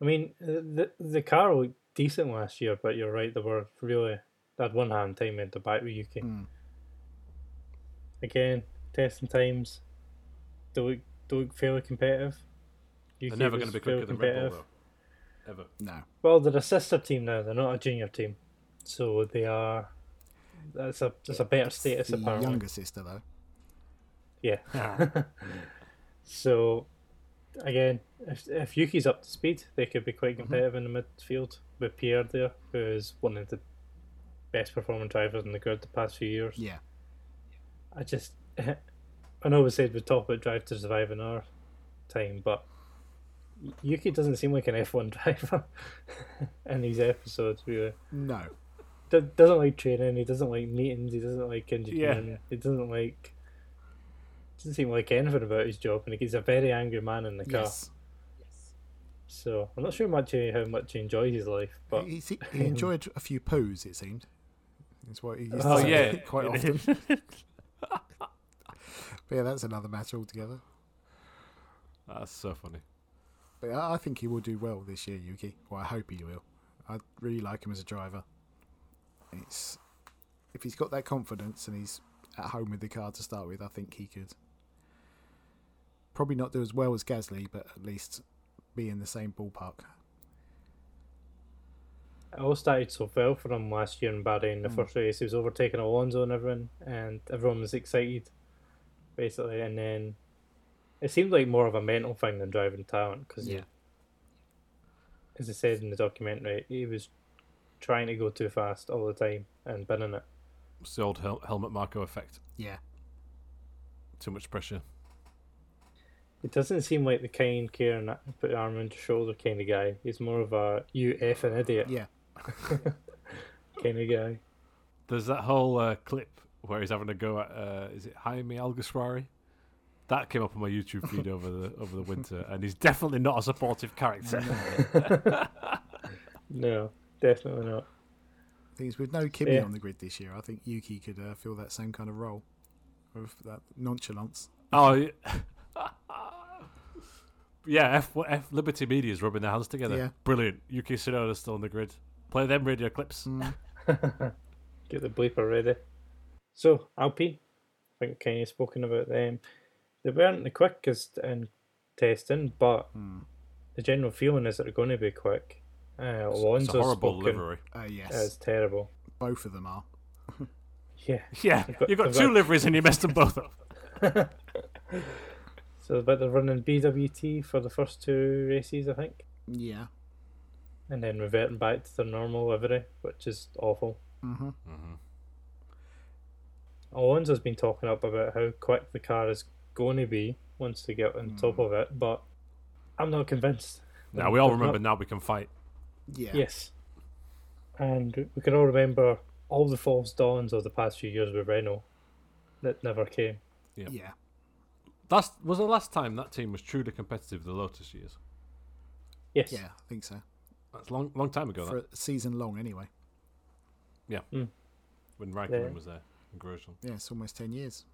S1: I mean, the the car looked decent last year, but you're right, they were really that one hand time in the back with Yuki.
S3: Mm.
S1: Again, testing times, they look they look fairly competitive.
S2: They're
S1: UK
S2: never
S1: was
S2: going to be
S1: fairly
S2: quicker than Red
S1: competitive.
S2: Bull, though. Ever.
S3: No.
S1: Well, they're a sister team now. They're not a junior team, so they are. That's a that's a better status
S3: the
S1: apparently.
S3: younger sister though.
S1: Yeah. so, again, if if Yuki's up to speed, they could be quite competitive in the midfield with Pierre there, who is one of the best performing drivers in the grid the past few years.
S3: Yeah.
S1: I just, I know we said we'd talk about Drive to Survive in our time, but Yuki doesn't seem like an F1 driver in these episodes, really.
S3: No.
S1: Do- doesn't like training. He doesn't like meetings. He doesn't like engineering. He doesn't like. Doesn't seem like anything about his job, and he's a very angry man in the car.
S3: Yes.
S1: So I'm not sure much he- how much he enjoys his life, but
S3: he, he, he enjoyed a few poos, it seemed. That's what he used
S1: Oh,
S3: to say
S2: yeah.
S3: quite often. But yeah, that's another matter altogether.
S2: That's so funny.
S3: But I I think he will do well this year, Yuki. Well, I hope he will. I really like him as a driver. It's if he's got that confidence and he's at home with the car to start with, I think he could probably not do as well as Gasly, but at least be in the same ballpark.
S1: it all started so well for him last year in Bahrain.
S3: Mm.
S1: The first race, he was overtaking Alonso and everyone, and everyone was excited, basically. And then it seemed like more of a mental thing than driving talent, because
S3: Yeah.
S1: as I said in the documentary, he was trying to go too fast all the time and binning it.
S2: It's the old Hel- helmet Marco effect.
S3: Yeah.
S2: Too much pressure.
S1: It doesn't seem like the kind care and put your arm around your shoulder kind of guy. He's more of a you f an idiot
S3: Yeah.
S1: kind of guy.
S2: There's that whole uh, clip where he's having a go at uh, is it Jaime Alguersuari? That came up on my YouTube feed over the over the winter, and he's definitely not a supportive character.
S1: No, definitely not.
S3: Things with no Kimmy
S1: Yeah.
S3: on the grid this year, I think Yuki could uh, fill that same kind of role with that nonchalance.
S2: oh, yeah. yeah. F, F Liberty Media's rubbing their hands together.
S3: Yeah.
S2: Brilliant. Yuki Tsunoda's still on the grid. Play them radio clips.
S1: Get the bleeper ready. So, Alpine, I think Kenny's spoken about them. They weren't the quickest in testing, but
S2: Hmm.
S1: the general feeling is that they're going to be quick. Uh,
S2: It's a
S1: Alonso's
S2: horrible
S1: spoken
S2: livery.
S3: Uh, yes,
S1: as terrible.
S3: both of them are.
S1: Yeah.
S2: Yeah,
S1: got-
S2: you've got
S1: I've
S2: two
S1: got-
S2: liveries and you messed them both up.
S1: So, but they're running BWT for the first two races, I think,
S3: Yeah,
S1: and then reverting back to their normal livery, which is awful.
S3: hmm
S1: Alonso's been talking up about how quick the car is going to be once they get on top
S3: Mm.
S1: of it, but I'm not convinced.
S2: Now we all
S1: They're not-
S2: remember. Now we can fight.
S3: yeah,
S1: Yes. And we can all remember all the false dawns of the past few years with Renault that never came.
S3: yeah.
S2: Last was the last time that team was truly competitive. The Lotus years.
S1: Yes.
S3: Yeah, I think so.
S2: That's long, long time ago.
S3: For
S2: That,
S3: a season long, anyway.
S2: when Raikkonen
S1: Yeah.
S2: was there, and Grosjean,
S3: Yeah, it's almost ten years.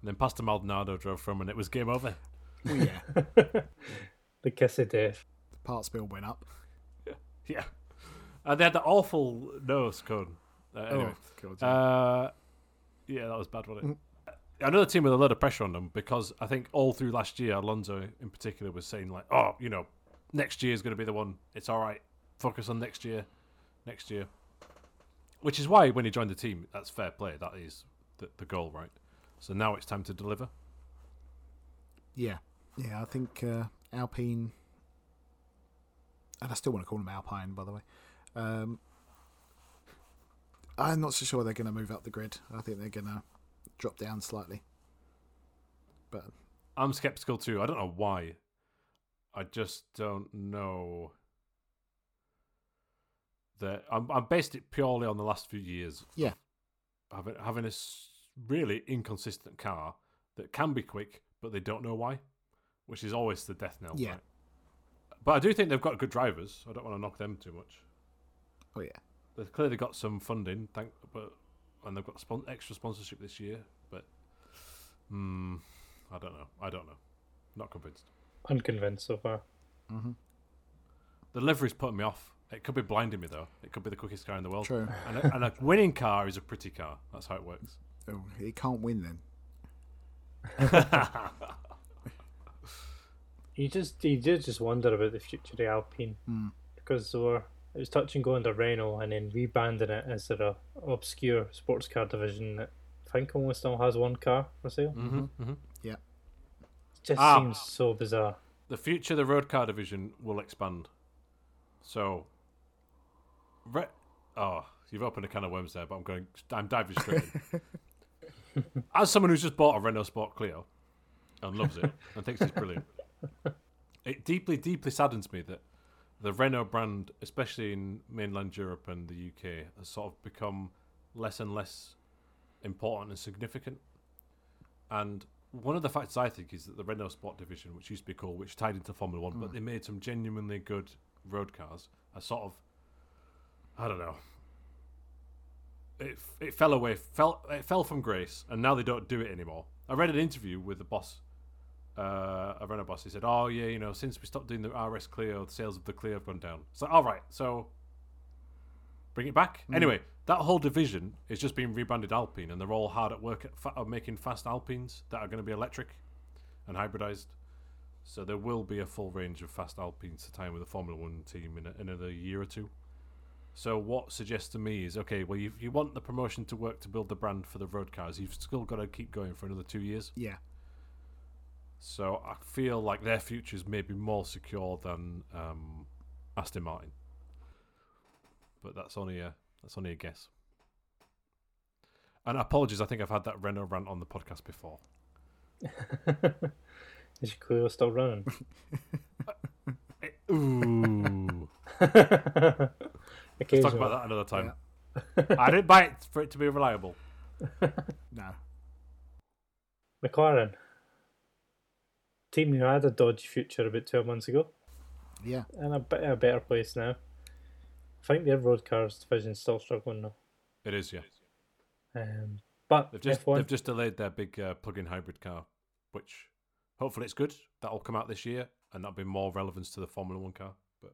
S2: and then Pastor Maldonado drove from, and it was game over.
S3: Well, yeah, the
S1: The kiss of death.
S3: parts bill went up.
S2: Yeah, and they had that awful nose cone. Uh, anyway,
S3: Oh, God,
S2: uh, yeah, that was bad, wasn't it? Mm. Another team with a lot of pressure on them because I think all through last year, Alonso in particular was saying like, "Oh, you know, next year is going to be the one. It's all right. Focus on next year, next year." Which is why when he joined the team, that's fair play. That is the, the goal, right? So now it's time to deliver.
S3: Yeah, yeah. I think uh, Alpine, and I still want to call them Alpine, by the way. Um, I'm not so sure they're going to move up the grid. I think they're going to drop down slightly. But
S2: I'm skeptical too. I don't know why. I just don't know. That I'm, I'm based it purely on the last few years.
S3: Yeah.
S2: having having a s- really inconsistent car that can be quick, but they don't know why, which is always the death knell.
S3: Yeah.
S2: right? But I do think they've got good drivers. I don't want to knock them too much.
S3: oh yeah,
S2: They've clearly got some funding, thank, but and they've got spon- extra sponsorship this year. But hmm, I don't know. I don't know. Not convinced.
S1: Unconvinced so far.
S2: The livery's putting me off. It could be blinding me though. It could be the quickest car in the world.
S3: True.
S2: And a, and a winning car is a pretty car. That's how it works.
S3: oh, he can't win then.
S1: You just you did just wonder about the future of Alpine
S2: Hmm.
S1: because they were it was touch and go under Renault and then rebanding it as their uh, obscure sports car division that I think almost still has one car for sale.
S2: Mm-hmm. hmm
S3: Yeah,
S1: It just
S2: Ah.
S1: seems so bizarre.
S2: The future of the road car division will expand. So, re- oh, you've opened a can of worms there, but I'm going. I'm diving straight in. As someone who's just bought a Renault Sport Clio and loves it and thinks it's brilliant, it deeply, deeply saddens me that the Renault brand, especially in mainland Europe and the UK, has sort of become less and less important and significant. And one of the facts I think is that the Renault Sport division, which used to be called, which tied into Formula One, but they made some genuinely good road cars, are sort of, I don't know. It, it fell away, fell it fell from grace, and now they don't do it anymore. I read an interview with the boss, uh, a Renault boss. He said, "Oh yeah, you know, since we stopped doing the RS Clio, the sales of the Clio have gone down." It's like, all right, so bring it back. Anyway, that whole division is just being rebranded Alpine, and they're all hard at work at fa- at making fast Alpines that are going to be electric and hybridized. So there will be a full range of fast Alpines to time with the Formula One team in a, another year or two. So what suggests to me is okay. Well, if you want the promotion to work to build the brand for the road cars, you've still got to keep going for another two years.
S3: yeah,
S2: So I feel like their future's maybe more secure than um, Aston Martin. But that's only a that's only a guess. And apologies, I think I've had that Renault rant on the podcast before.
S1: Is your career still running?
S2: Ooh. Let's talk about that another time. I didn't buy it for it to be reliable.
S3: No.
S1: McLaren. Team who had a dodgy future about 12 months ago
S3: Yeah.
S1: and a bit in a better place now. I think their road cars division's still struggling though.
S2: It is, yeah.
S1: Um, but
S2: They've just
S1: F1,
S2: they've just delayed their big uh, plug-in hybrid car, which hopefully it's good. That'll come out this year, and that'll be more relevance to the Formula One car. But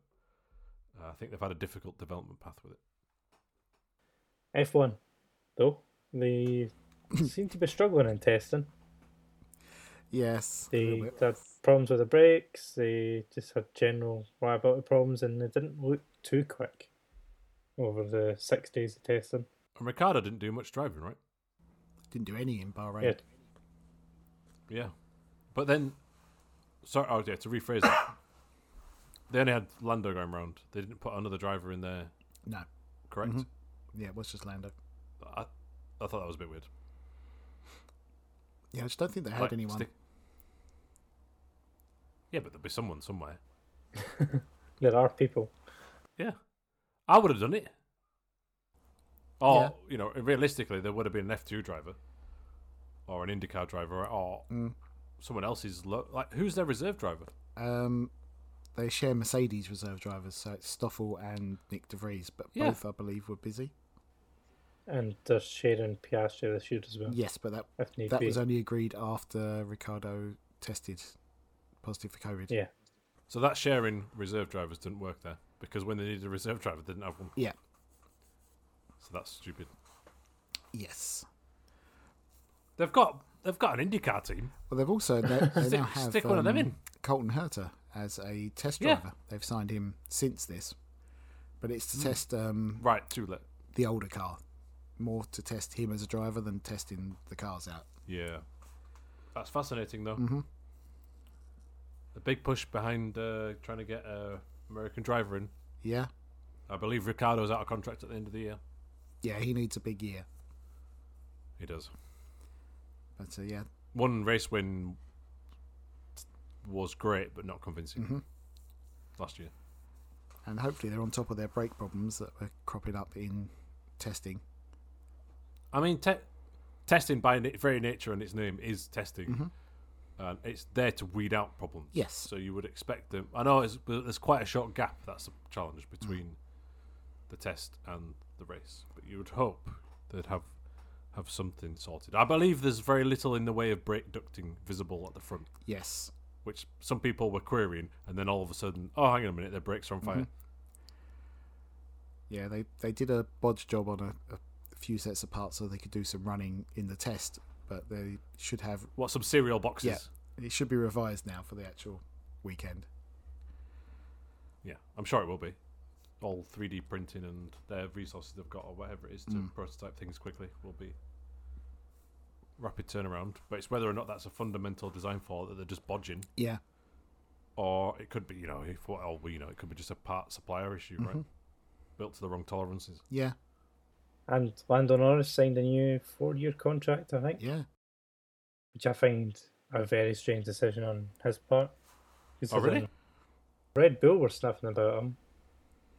S2: uh, I think they've had a difficult development path with it.
S1: F1 though, they seem to be struggling in testing.
S3: Yes. a little
S1: They
S3: bit.
S1: had problems with the brakes. They just had general reliability problems, and they didn't look too quick over the six days of testing.
S2: And Ricardo didn't do much driving, right?
S3: Didn't do any in Bahrain.
S1: Yeah,
S2: Yeah, but then, sorry, oh yeah, to rephrase that, they only had Lando going round. They didn't put another driver in there,
S3: No.
S2: correct?
S3: Yeah, it was just Lando. Mm-hmm.
S2: I, I thought that was a bit weird.
S3: Yeah, I just don't think they had
S2: Like,
S3: anyone.
S2: stick- Yeah, but there'll be someone somewhere.
S1: there are people.
S2: Yeah. I would have done it. Or,
S3: Yeah.
S2: you know, realistically, there would have been an F2 driver or an IndyCar driver or
S3: Mm.
S2: someone else's. Lo- like, who's their reserve driver?
S3: Um, they share Mercedes reserve drivers, so it's Stoffel and Nick De Vries, but
S2: Yeah.
S3: both, I believe, were busy.
S1: And they're sharing Piastri this year as well,
S3: Yes, but that
S1: if need
S3: that
S1: be.
S3: was only agreed after Ricardo tested positive for COVID.
S1: yeah,
S2: So that sharing reserve drivers didn't work there because when they needed a reserve driver, they didn't have one.
S3: Yeah.
S2: So that's stupid.
S3: Yes.
S2: They've got they've got an IndyCar team.
S3: Well, they've also they, they
S2: Stick-
S3: now have um,
S2: stick one of them in.
S3: Colton Herter as a test
S2: Yeah.
S3: driver. They've signed him since this, but it's
S2: Hmm.
S3: to test um,
S2: Right, too late.
S3: the older car, more to test him as a driver than testing the cars out.
S2: Yeah. That's fascinating, though.
S3: Mm-hmm.
S2: The big push behind uh, trying to get a American driver in.
S3: Yeah,
S2: I believe Ricardo's out of contract at the end of the year.
S3: yeah, he needs a big year,
S2: He does.
S3: but uh, yeah,
S2: One race win was great, but not convincing.
S3: Mm-hmm.
S2: Last year.
S3: and hopefully they're on top of their brake problems that were cropping up in testing.
S2: I mean, te- testing by na- very nature and its name is testing. And it's there to weed out problems.
S3: Mm-hmm. Yes.
S2: So you would expect them. I know it's, but there's quite a short gap. That's the challenge between
S3: Mm.
S2: the test and the race. But you would hope they'd have have something sorted. I believe there's very little in the way of brake ducting visible at the front.
S3: Yes,
S2: which some people were querying, and then all of a sudden, oh, hang on a minute, their brakes are on
S3: Mm-hmm.
S2: fire.
S3: yeah, they they did a bodge job on a, a few sets of parts so they could do some running in the test, but they should have
S2: What some cereal boxes?
S3: Yeah. It should be revised now for the actual weekend.
S2: Yeah, I'm sure it will be. All 3D printing and their resources they've got, or whatever it is, to
S1: Hmm.
S2: prototype things quickly will be rapid turnaround. But it's whether or not that's a fundamental design flaw that they're just bodging,
S3: Yeah.
S2: or it could be, you know, if what well, you know, it could be just a part supplier issue,
S1: Mm-hmm.
S2: right? Built to the wrong tolerances.
S3: Yeah.
S1: and Lando Norris signed a new four-year contract, I think.
S3: Yeah.
S1: which I find a very strange decision on his part.
S2: Oh,
S1: considering
S2: really?
S1: Red Bull were sniffing about him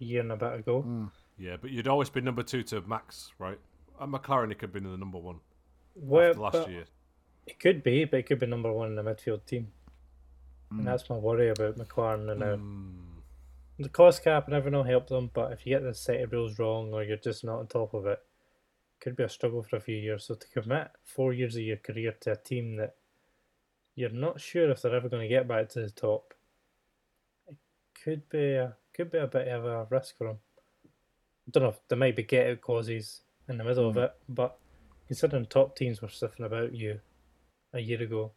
S1: a year and a bit ago.
S2: Yeah, but you'd always be number two to Max, right? At McLaren, it could be the number one
S1: Well,
S2: after last
S1: but
S2: year.
S1: it could be, but it could be number one in the midfield team. And that's my worry about McLaren and now. The cost cap and everything will help them, but if you get the set of rules wrong or you're just not on top of it, could be a struggle for a few years. So to commit four years of your career to a team that you're not sure if they're ever going to get back to the top, it could be a, could be a bit of a risk for them. I don't know if there might be get out clauses in the middle of it, but considering top teams were sniffing about you a year ago,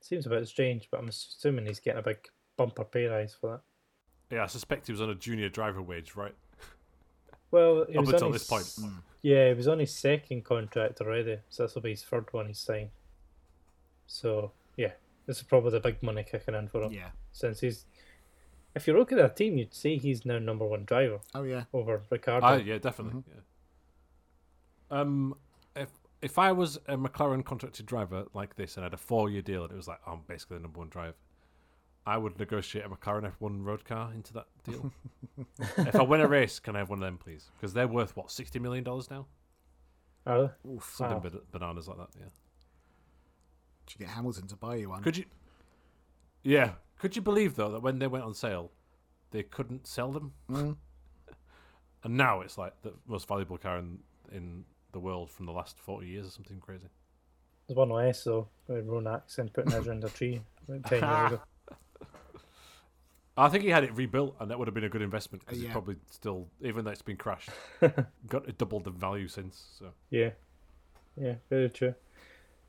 S1: seems a bit strange. But I'm assuming he's getting a big bumper pay rise for that.
S2: Yeah, I suspect he was on a junior driver wage, right?
S1: Well, he
S2: Up
S1: was on
S2: until
S1: his-
S2: this point. mm.
S1: Yeah, he was on his second contract already, so this will be his third one he's signed. So yeah, this is probably the big money kicking in for him
S3: Yeah.
S1: since he's. If you look at that team, you'd say he's now number one driver
S3: Oh yeah.
S1: over Ricardo.
S2: Ah, yeah, definitely. Yeah. Um, if if I was a McLaren contracted driver like this and had a four year deal and it was like, I'm basically the number one driver, I would negotiate a McLaren F1 road car into that deal. if I win a race, can I have one of them, please? Because they're worth, what, $60 million now?
S1: Are they?
S3: Oof.
S2: Something
S1: Wow.
S2: ba- bananas like that, yeah.
S3: Did you get Hamilton to buy you one?
S2: Could you? Yeah. Could you believe though that when they went on sale, they couldn't sell them,
S3: Mm.
S2: and now it's like the most valuable car in in the world from the last forty years or something crazy.
S1: There's one less though. with Ronax and putting us under a tree about ten years ago.
S2: I think he had it rebuilt, and that would have been a good investment because
S3: Uh, Yeah.
S2: it's probably still, even though it's been crashed, got it doubled the value since. So
S1: Yeah, yeah, very true.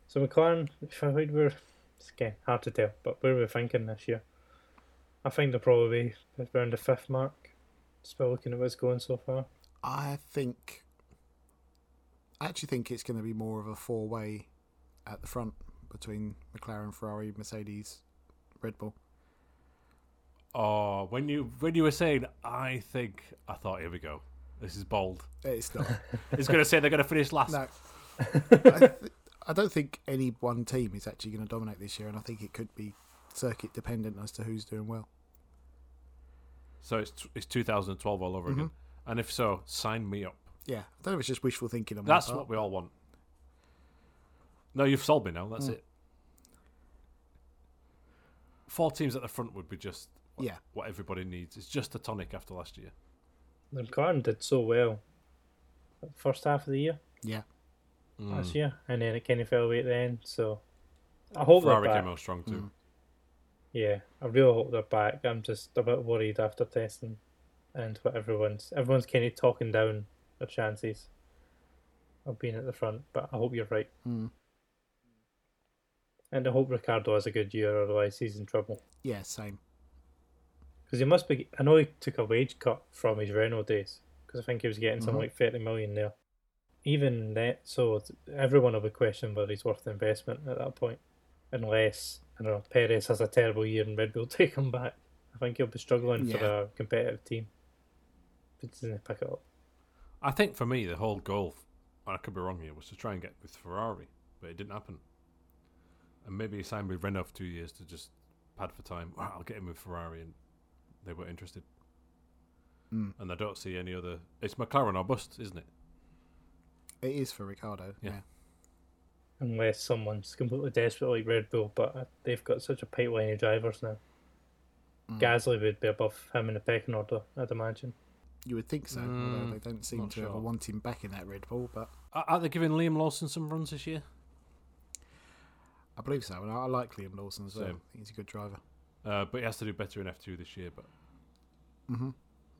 S1: So McLaren, if I would, we're it's again hard to tell, but where we're thinking this year, I think they'll probably be around the fifth mark. Still looking at what's going so far.
S3: I think. I actually think it's going to be more of a four way at the front between McLaren, Ferrari, Mercedes, Red Bull.
S2: Oh, when you when you were saying, I think I thought, here we go. This is bold.
S3: It's not.
S2: It's going to say they're going to finish last.
S3: no. I, th- I don't think any one team is actually going to dominate this year, and I think it could be circuit dependent as to who's doing well.
S2: So it's it's 2012 all
S3: Mm-hmm.
S2: over again. And if so, sign me up.
S3: Yeah. I don't know if it's just wishful thinking on my
S2: That's
S3: part.
S2: what we all want. No, you've sold me now. That's it. Four teams at the front would be just what,
S3: Yeah.
S2: what everybody needs. It's just a tonic after last year.
S1: The McLaren did so well, first half of the year
S3: Yeah.
S1: last year, and then it kind of fell away at the end. So I hope
S2: Ferrari
S1: they're back.
S2: came out strong too.
S1: Yeah, I really hope they're back. I'm just a bit worried after testing, and what everyone's everyone's kind of talking down their chances of being at the front. But I hope you're right,
S3: Mm.
S1: and I hope Ricardo has a good year, otherwise he's in trouble.
S3: Yeah, same.
S1: Because he must be. I know he took a wage cut from his Renault days, because I think he was getting something
S3: Mhm.
S1: like thirty million there. Even that, so th- everyone will be questioning whether he's worth the investment at that point, unless I don't know Perez has a terrible year and Red Bull take him back. I think he'll be struggling for
S3: Yeah.
S1: a competitive team. But doesn't he pick it up?
S2: I think for me, the whole goal, and I could be wrong here, was to try and get with Ferrari, but it didn't happen. And maybe he signed with Renault for two years to just pad for time. Well, I'll get him with Ferrari, and they were interested.
S3: Mm.
S2: And I don't see any other. It's McLaren or bust, isn't it?
S3: It is for Ricardo.
S2: Yeah.
S3: Yeah.
S1: Unless someone's completely desperate like Red Bull, but uh, they've got such a pipeline of drivers now. Gasly would be above him in the pecking order, I'd imagine.
S3: You would think so, although they don't seem
S2: Mm, not
S3: to ever
S2: sure.
S3: want him back in that Red Bull, but
S2: Are, are they giving Liam Lawson some runs this year?
S3: I believe so. And I, I like Liam Lawson as well. I
S2: Same.
S3: think he's a good driver.
S2: Uh, but he has to do better in F2 this year, but
S3: Mhm.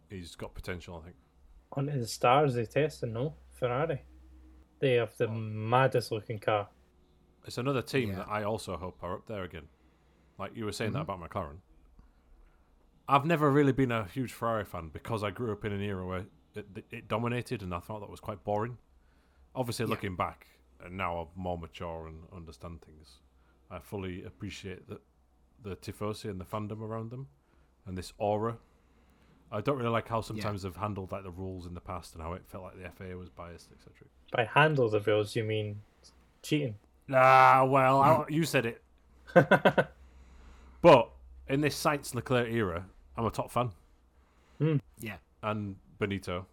S2: he's got potential, I think.
S1: onto the stars they tested, no? Ferrari. They have the maddest looking car.
S2: It's another team
S3: Yeah.
S2: that I also hope are up there again. Like you were saying that
S3: Mm-hmm.
S2: about McLaren. I've never really been a huge Ferrari fan because I grew up in an era where it, it dominated and I thought that was quite boring. Obviously,
S3: Yeah.
S2: looking back, and now I'm more mature and understand things, I fully appreciate the, the tifosi and the fandom around them and this aura. I don't really like how sometimes they've handled like the rules in the past and how it felt like the FAA was biased, etc.
S1: By handle the rules, you mean cheating.
S2: Ah, well, I, you said it. but in this Saints Leclerc era, I'm a top fan.
S3: Yeah.
S2: And Benito.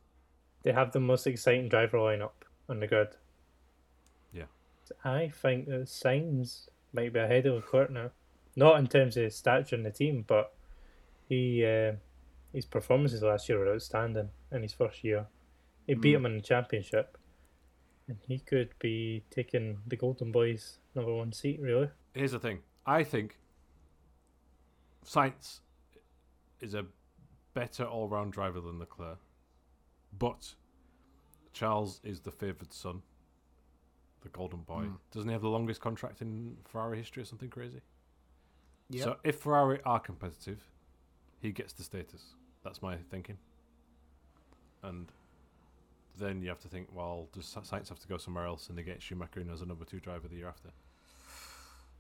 S1: They have the most exciting driver lineup on the grid.
S2: Yeah.
S1: I think that Signs might be ahead of Leclerc now. Not in terms of stature in the team, but he uh, his performances last year were outstanding in his first year. He beat him in the championship. And he could be taking the Golden Boys number one seat, really.
S2: Here's the thing I think Saints is a better all round driver than Leclerc. But Charles is the favoured son, the golden boy. Doesn't he have the longest contract in Ferrari history or something crazy?
S3: Yeah.
S2: So if Ferrari are competitive, he gets the status. That's my thinking. And then you have to think, well, does Sa- Sainz have to go somewhere else and they get Schumacher in as a number two driver the year after?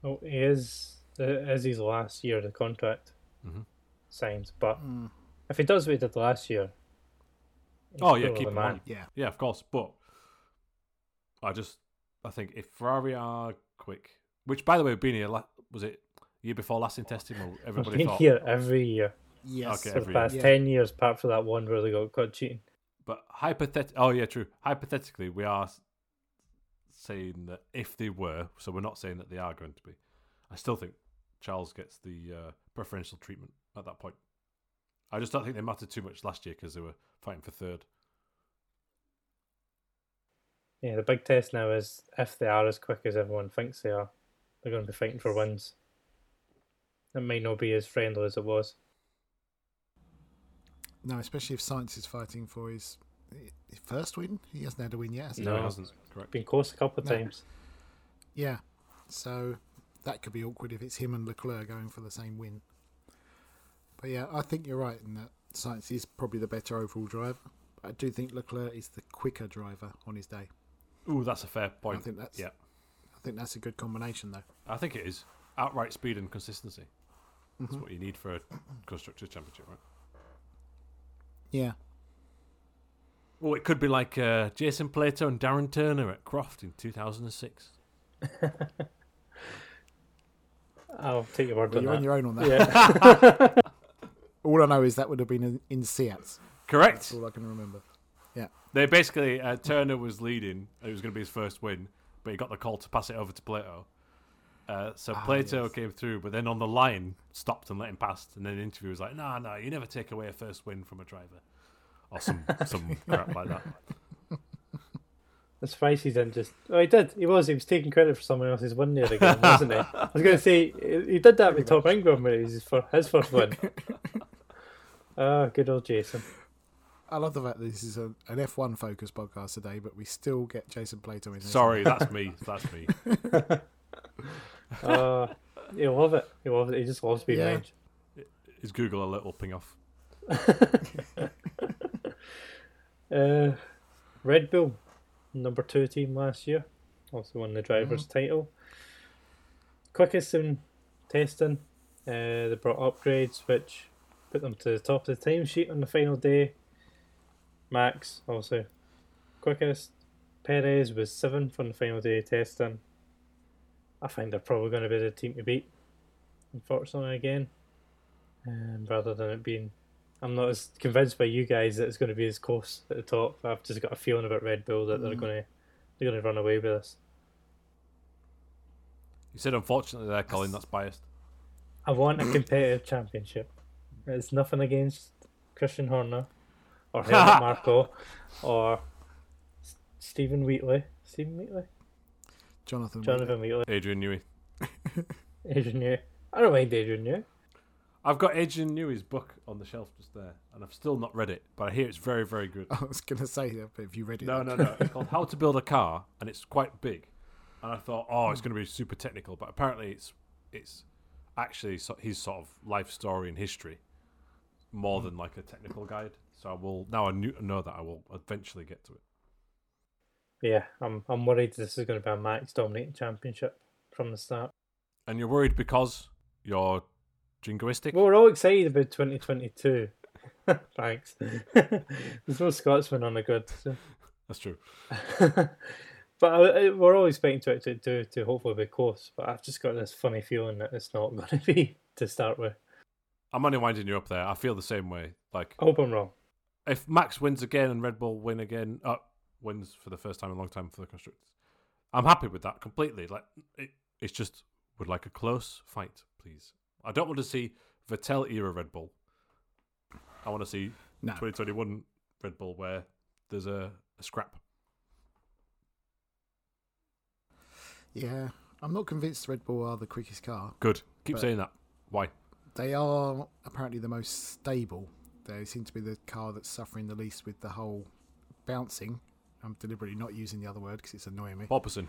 S1: Oh, it is it is his last year of the contract
S2: Mhm.
S1: signed, but
S3: Mm,
S1: if he does what he did last year, he's
S2: oh yeah,
S1: still
S2: keep
S1: the
S2: him on.
S3: yeah.
S2: Yeah, of course. But I just I think if Ferrari are quick, which by the way, been here la- was it year before last in testing? Well,
S1: I've
S2: everybody
S1: been
S2: thought,
S1: here every year
S3: Yes.
S2: Okay.
S1: for
S2: Every
S1: the past
S3: year.
S1: ten years, apart from that one where they got caught cheating.
S2: but hypothet oh yeah, true. Hypothetically, we are s- saying that if they were, so we're not saying that they are going to be. I still think Charles gets the uh, preferential treatment at that point. I just don't think they mattered too much last year because they were fighting for third.
S1: Yeah, the big test now is if they are as quick as everyone thinks they are, they're going to be fighting for wins. It might not be as friendly as it was.
S3: No, especially if science is fighting for his his first win. He hasn't had a win yet. Has he?
S2: No, it
S1: No.
S2: hasn't. Correct.
S1: Been close a couple of
S3: No.
S1: times.
S3: Yeah. So that could be awkward if it's him and Leclerc going for the same win. But yeah, I think you're right in that Science is probably the better overall driver. But I do think Leclerc is the quicker driver on his day.
S2: Ooh, that's a fair point.
S3: I think that's
S2: yeah.
S3: I think that's a good combination though.
S2: I think it is outright speed and consistency. That's
S3: Mm-hmm.
S2: what you need for a constructors championship, right?
S3: Yeah.
S2: Well, it could be like uh, Jason Plato and Darren Turner at Croft in 2006.
S1: I'll take your word
S3: But you're on
S1: on that.
S3: your own on that.
S1: Yeah,
S3: All I know is that would have been in, in Seattle.
S2: Correct.
S3: That's all I can remember.
S2: They basically uh, Turner was leading. It was going to be his first win, but he got the call to pass it over to Plato. Uh, so
S3: Ah,
S2: Plato
S3: yes.
S2: came through, but then on the line stopped and let him past. And then the interviewer was like, "No, no, you never take away a first win from a driver, or some some crap like that."
S1: the spicy didn't just. Oh, he did. He was. He was taking credit for someone else's win there again, wasn't he? I was going to say he he did that with Tom Ingram when it was his fir- his first win. Ah, good old Jason.
S3: I love the fact that this is a, an F1 focused podcast today, but we still get Jason Plato in. this.
S2: Sorry, that's me. That's me.
S1: Uh, he'll love it. He loves it. He just loves being
S3: Yeah.
S1: named.
S2: Is Google a little ping off?
S1: Uh, Red Bull, number two team last year, also won the drivers' title. Quickest in testing, uh, they brought upgrades which put them to the top of the timesheet on the final day. Max also quickest. Perez was seventh on the final day of testing. I think they're probably going to be the team to beat, unfortunately again. Um, rather than it being I'm not as convinced by you guys that it's going to be as close at the top. I've just got a feeling about Red Bull that they're
S3: Mm.
S1: going to they're going to run away with us.
S2: You said unfortunately there, Colin. That's biased.
S1: I want a competitive championship. It's nothing against Christian Horner or Helmut Marko or S- Stephen Wheatley. Stephen Wheatley,
S3: Jonathan.
S1: Jonathan Wheatley,
S2: Adrian Newey.
S1: Adrian New. I don't mind Adrian New.
S2: I've got Adrian Newey's book on the shelf just there, and I've still not read it, but I hear it's very, very good.
S3: I was going to say that, but if you read it,
S2: No, no, no. It's called How to Build a Car, and it's quite big. And I thought, oh, it's going to be super technical, but apparently it's it's actually so, his sort of life story and history more than like a technical guide. So I will now I knew, know that I will eventually get to it.
S1: Yeah, I'm I'm worried this is going to be a Max dominating championship from the start.
S2: And you're worried because you're jingoistic.
S1: Well, we're all excited about 2022. Thanks. There's no Scotsman on the grid. So.
S2: That's true.
S1: but I, I, we're all expecting 2022 to, to hopefully be close. But I've just got this funny feeling that it's not going to be to start with.
S2: I'm only winding you up there. I feel the same way. Like
S1: I hope I'm wrong.
S2: if Max wins again and Red Bull win again, uh, wins for the first time in a long time for the constructors, I'm happy with that completely. Like it, it's just would like a close fight, please. I don't want to see Vettel era Red Bull. I want to see
S3: No.
S2: 2021 Red Bull where there's a, a scrap.
S3: Yeah, I'm not convinced Red Bull are the quickest car.
S2: Good. Keep
S3: But-
S2: saying that. Why?
S3: They are apparently the most stable. They seem to be the car that's suffering the least with the whole bouncing. I'm deliberately not using the other word because it's annoying me.
S2: Porpoising.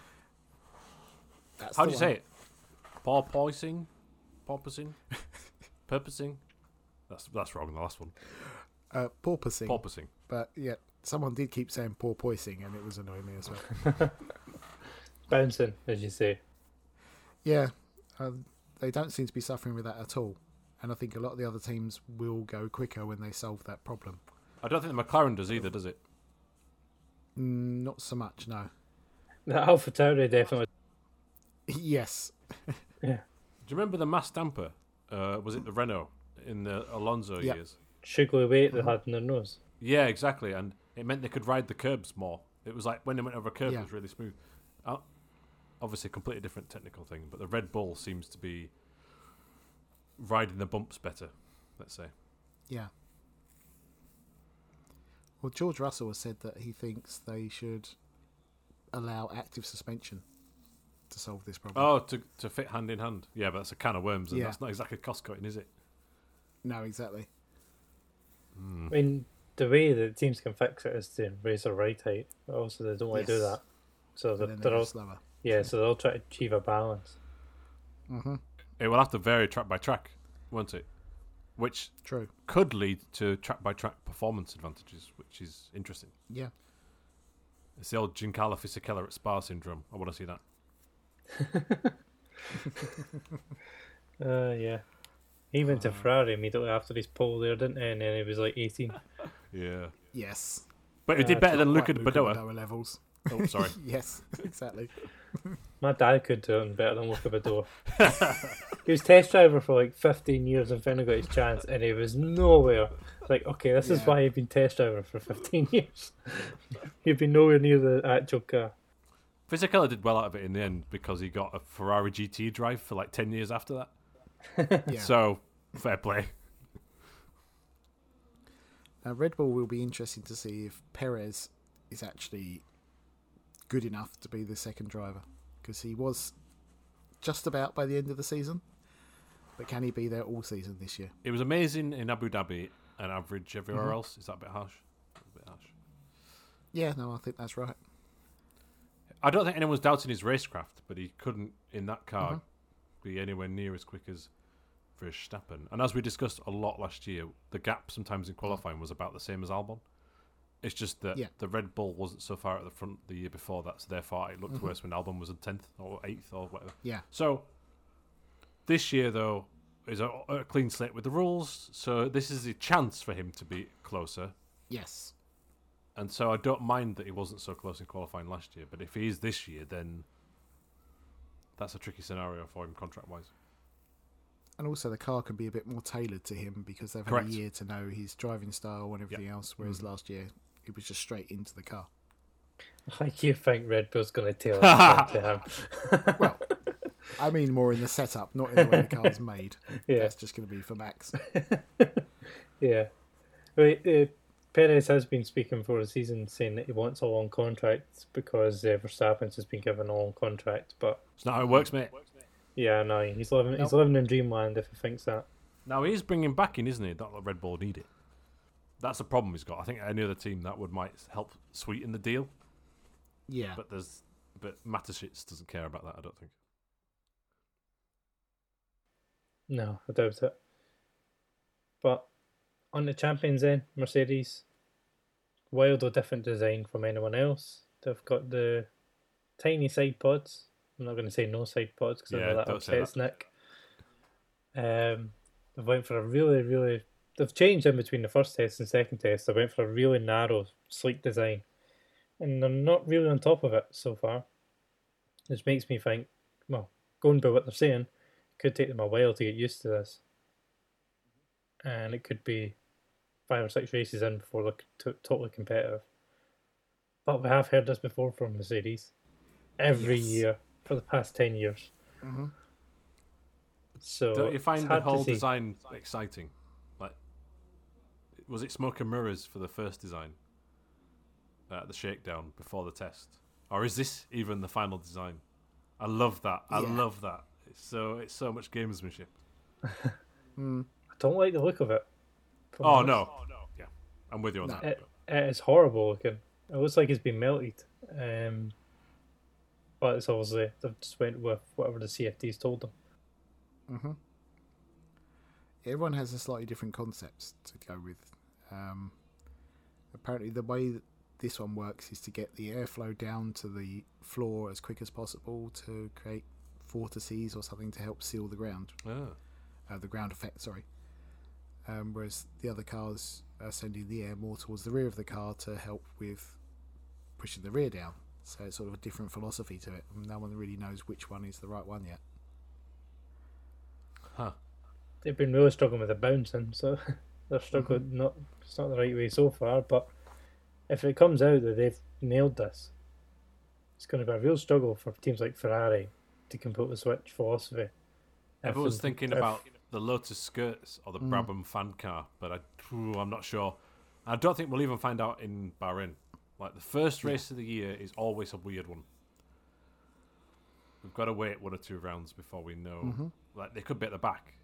S3: That's
S2: How
S3: the
S2: do you say
S3: one.
S2: it? Porpoising? Porpoising? Purposing? That's that's wrong. The last one.
S3: Uh, porpoising.
S2: Porpoising.
S3: but yeah, someone did keep saying porpoising, and it was annoying me as well.
S1: Bouncing, as you say.
S3: Yeah, um, they don't seem to be suffering with that at all. And I think a lot of the other teams will go quicker when they solve that problem.
S2: I don't think the McLaren does either, does it?
S3: Mm, Not so much, no.
S1: The Alpha Tauri definitely.
S3: yes.
S1: Yeah.
S2: Do you remember the mass damper? Uh, was it the Renault in the Alonso
S3: Yeah.
S2: years?
S1: Sugly weight
S3: Mm-hmm.
S1: they had in their nose.
S2: Yeah, exactly. And it meant they could ride the curbs more. It was like when they went over a curb,
S3: Yeah.
S2: it was really smooth. Uh, obviously, a completely different technical thing, but the Red Bull seems to be riding the bumps better, let's say.
S3: Yeah. Well, George Russell has said that he thinks they should allow active suspension to solve this problem.
S2: Oh, to, to fit hand in hand. Yeah, but that's a can of worms, and
S3: Yeah.
S2: that's not exactly cost cutting, is it?
S3: No, exactly. Mm.
S1: I mean, the way that teams can fix it is to raise their ride height. Also, they don't want to do
S3: Yes.
S1: that. So
S3: And
S1: they're,
S3: then
S1: they're
S3: they're
S1: all
S3: slower.
S1: yeah. So they'll try to achieve a balance.
S2: It will have to vary track by track, won't it? Which
S3: True.
S2: could lead to track by track performance advantages, which is interesting.
S3: Yeah.
S2: It's the old Giancarlo Fisichella at Spa syndrome. I want to see that.
S1: Uh, yeah. He went to Ferrari immediately after his pole there, didn't he? And then he was like 18.
S2: Yeah.
S3: Yes.
S2: But it
S1: Yeah,
S2: did better than
S3: Like
S2: Luca de
S3: Luca
S2: Badoa.
S3: Badoa levels.
S2: Oh, sorry.
S3: Yes, exactly.
S1: My dad could do it better than Luca Bador. he was test driver for like 15 years and finally got his chance, and he was nowhere. Like, okay, this is
S3: Yeah.
S1: why you've been test driver for 15 years. you've been nowhere near the actual car.
S2: Fisichella did well out of it in the end because he got a Ferrari GT drive for like 10 years after that.
S3: Yeah.
S2: So, fair play.
S3: Now, Red Bull will be interesting to see if Perez is actually good enough to be the second driver because he was just about by the end of the season. But can he be there all season this year?
S2: It was amazing in Abu Dhabi and average everywhere else. Is that a bit harsh? A bit harsh.
S3: Yeah, no, I think that's right.
S2: I don't think anyone's doubting his racecraft, but he couldn't, in that car, be anywhere near as quick as Verstappen. And as we discussed a lot last year, the gap sometimes in qualifying was about the same as Albon. It's just that
S3: Yeah.
S2: the Red Bull wasn't so far at the front the year before that, so therefore it looked worse when Albon was in 10th or 8th or whatever.
S3: Yeah,
S2: So this year, though, is a, a clean slate with the rules, so this is a chance for him to be closer.
S3: yes,
S2: And so I don't mind that he wasn't so close in qualifying last year, but if he is this year, then that's a tricky scenario for him contract wise.
S3: and also the car can be a bit more tailored to him because they've
S2: Correct.
S3: had a year to know his driving style and everything else. Whereas last year, it was just straight into the car.
S1: Like, you think Red Bull's going to tell us to him.
S3: Well, I mean more in the setup, not in the way the car is made.
S1: Yeah.
S3: That's just going to be for Max.
S1: Yeah. Right, uh, Perez has been speaking for the season saying that he wants a long contract because uh, Verstappen's has been given a long contract. But
S2: It's not how it works, mate.
S1: yeah, no, he's living he's living in dreamland if he thinks that.
S2: Now he is bringing back in, isn't he? That Red Bull need it. That's a problem he's got. I think any other team that would might help sweeten the deal,
S3: Yeah,
S2: but there's but Matashitz doesn't care about that. I don't think.
S1: No, I doubt it. But on the champions end, Mercedes, wild or different design from anyone else. They've got the tiny side pods. I'm not going to say no side pods because I
S2: Yeah,
S1: know that
S2: don't say
S1: upsets Nick. Um, they went for a really, really. They've changed in between the first test and second test. They went for a really narrow, sleek design, and they're not really on top of it so far, which makes me think. Well, going by what they're saying, could take them a while to get used to this, and it could be five or six races in before they're t- totally competitive. But we have heard this before from Mercedes every
S3: Yes.
S1: year for the past ten years. So
S2: Mm-hmm. Don't you
S1: it's
S2: find the
S1: hard to
S2: whole
S1: see.
S2: design exciting? Like, was it smoke and mirrors for the first design, uh, the shakedown before the test, or is this even the final design? I love that. I
S3: Yeah.
S2: love that. It's so it's so much gamesmanship.
S1: I don't like the look of it. if I'm
S2: Oh
S1: honest.
S2: no. Eh. Yeah, I'm with you on
S3: No.
S2: that.
S1: It, it is horrible looking. It looks like it's been melted. Um, but it's obviously they've just went with whatever the CFDs told them.
S3: everyone has a slightly different concept to go with. Um, apparently, the way that this one works is to get the airflow down to the floor as quick as possible to create vortices or something to help seal the ground,
S2: Ah.
S3: uh, the ground effect. Sorry. Um, whereas the other uh, cars are sending the air more towards the rear of the car to help with pushing the rear down. So it's sort of a different philosophy to it. No one really knows which one is the right one yet.
S2: Huh.
S1: They've been really struggling with the bouncing, so they're struggling. Not it's not the right way so far, but if it comes out that they've nailed this, it's going to be a real struggle for teams like Ferrari to completely switch philosophy. If
S2: Everyone's
S1: it's-
S2: thinking
S1: if-
S2: about the Lotus skirts or the Brabham fan car, but I, phew, I'm not sure. I don't think we'll even find out in Bahrain. Like the first race of the year is always a weird one. We've got to wait one or two rounds before we know. Like they could be at the back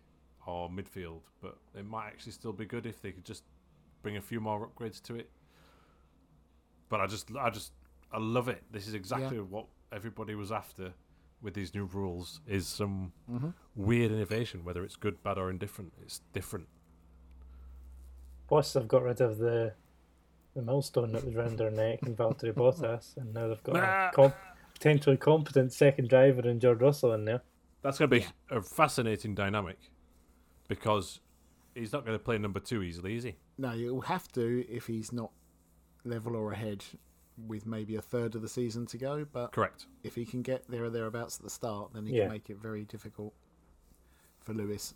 S2: or midfield, but it might actually still be good if they could just bring a few more upgrades to it. But I just, I just, I love it. This is exactly what everybody was after with these new rules: is some weird innovation, whether it's good, bad, or indifferent. It's different.
S1: Plus, they've got rid of the the milestone that was round their neck and Valtteri Bottas, and now they've got
S2: Nah.
S1: a comp- potentially competent second driver in George Russell in there.
S2: That's going to be a fascinating dynamic because he's not going to play number two easily, is he?
S3: No, you'll have to if he's not level or ahead with maybe a third of the season to go. But
S2: Correct.
S3: if he can get there or thereabouts at the start, then he
S1: Yeah.
S3: can make it very difficult for Lewis.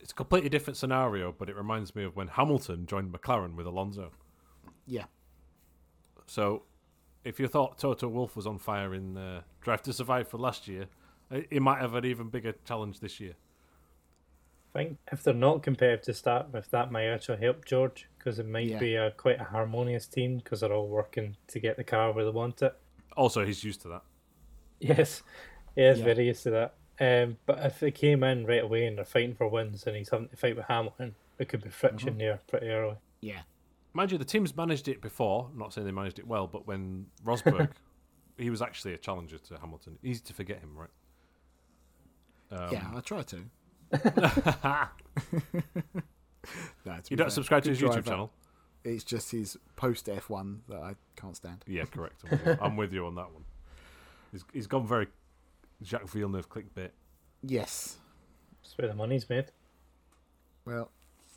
S2: It's a completely different scenario, but it reminds me of when Hamilton joined McLaren with Alonso.
S3: Yeah,
S2: So, if you thought Toto Wolf was on fire in uh, Drive to Survive for last year, eh, he might have an even bigger challenge this year.
S1: I think if they're not competitive to start with, that might actually help George because it might
S3: Yeah.
S1: be a quite a harmonious team because they're all working to get the car where they want it.
S2: Also, he's used to that.
S1: Yes, he is
S3: Yeah.
S1: very used to that. Um, but if they came in right away and they're fighting for wins and he's having to fight with Hamilton, there could be friction
S3: Mm-hmm.
S1: there pretty early.
S3: yeah,
S2: Mind you, the team's managed it before. I'm not saying they managed it well, but when Rosberg, he was actually a challenger to Hamilton. Easy to forget him, right? Um,
S3: yeah. I try to. No, to be
S2: You don't
S3: fair,
S2: subscribe to
S3: good
S2: his YouTube
S3: driver.
S2: channel?
S3: It's just his post F1 that I can't stand.
S2: Yeah, correct. I'm with you- I'm with you on that one. He's, he's gone very Jacques Villeneuve clickbait.
S3: Yes.
S1: That's where the money's made.
S3: Well,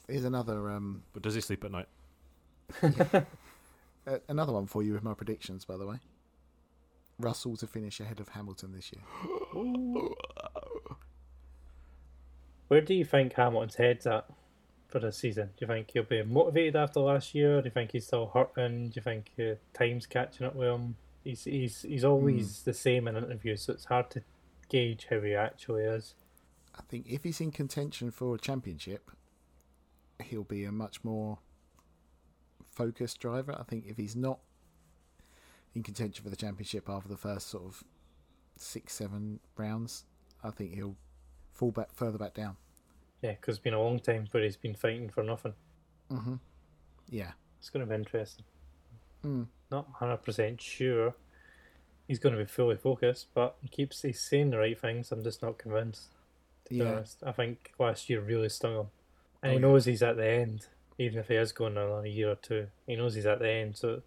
S3: here's another um,
S2: But does he sleep at night?
S3: uh, another one for you with my predictions, by the way. Russell to finish ahead of Hamilton this year.
S1: Where do you think Hamilton's head's at for this season? Do you think he'll be motivated after last year? Do you think he's still hurting? Do you think uh, time's catching up with him? He's he's he's always the same in interviews, so it's hard to gauge how he actually is.
S3: I think if he's in contention for a championship, he'll be a much more focused driver. I think if he's not in contention for the championship after the first sort of six, seven rounds, I think he'll fall back further back down.
S1: Yeah, 'cause it's been a long time where he's been fighting for nothing.
S3: Mm-hmm. Yeah.
S1: It's going to be interesting.
S3: Mm.
S1: Not hundred percent sure he's going to be fully focused, but he keeps he's saying the right things. I'm just not convinced. To be
S3: Yeah.
S1: honest, I think last year really stung him, and
S3: Oh,
S1: he
S3: yeah.
S1: knows he's at the end. Even if he is going another year or two, he knows he's at the end. So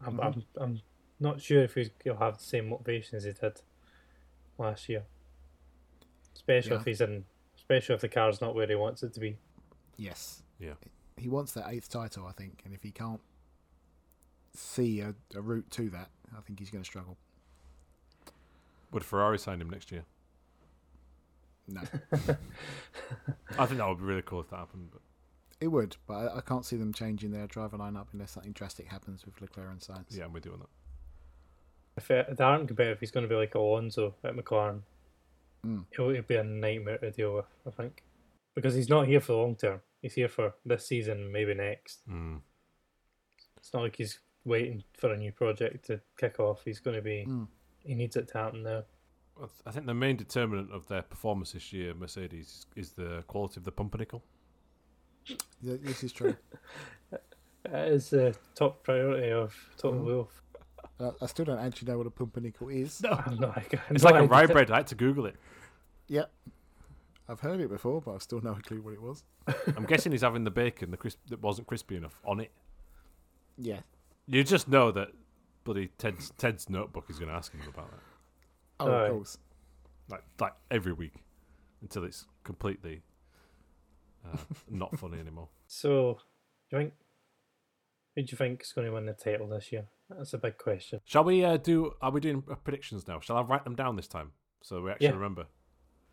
S1: I'm
S3: Mm-hmm.
S1: I'm, I'm not sure if he's, he'll have the same motivation as he did last year. Especially
S3: Yeah.
S1: if he's in, especially if the car's not where he wants it to be.
S3: Yes.
S2: Yeah.
S3: He wants that eighth title, I think, and if he can't see a, a route to that, I think he's going to struggle.
S2: Would Ferrari sign him next year?
S3: No,
S2: I think that would be really cool if that happened. But
S3: it would, but I, I can't see them changing their driver lineup unless something drastic happens with Leclerc and Sainz.
S2: yeah, I'm with you on that.
S1: if it- they aren't competitive, he's going to be like Alonso at McLaren.
S3: Mm.
S1: It'll, it'll be a nightmare to deal with, I think, because he's not here for the long term. He's here for this season, maybe next.
S2: Mm.
S1: It's not like he's waiting for a new project to kick off. He's going to be.
S3: Mm.
S1: He needs it to happen now.
S2: I th- I think the main determinant of their performance this year, Mercedes, is the quality of the pumpernickel.
S3: Th- This is true.
S1: That is the top priority of Total Wolf.
S3: I, I still don't actually know what a pumpernickel is.
S2: No,
S1: I'm not. I got
S2: it's
S1: no
S2: like a
S1: idea.
S2: rye bread. I had to Google it.
S3: Yep. I've heard it before, but I've still no clue what it was.
S2: I'm guessing he's having the bacon the crisp that wasn't crispy enough on it.
S3: Yeah.
S2: You just know that bloody Ted's Ted's notebook is going to ask him about that,
S3: Oh,
S1: Alright.
S3: of course.
S2: like like every week, until it's completely uh, not funny anymore.
S1: So, do you think? who Who do you think is going to win the title this year? That's a big question.
S2: Shall we uh, do? Are we doing uh, predictions now? Shall I write them down this time so we actually
S1: Yeah.
S2: remember?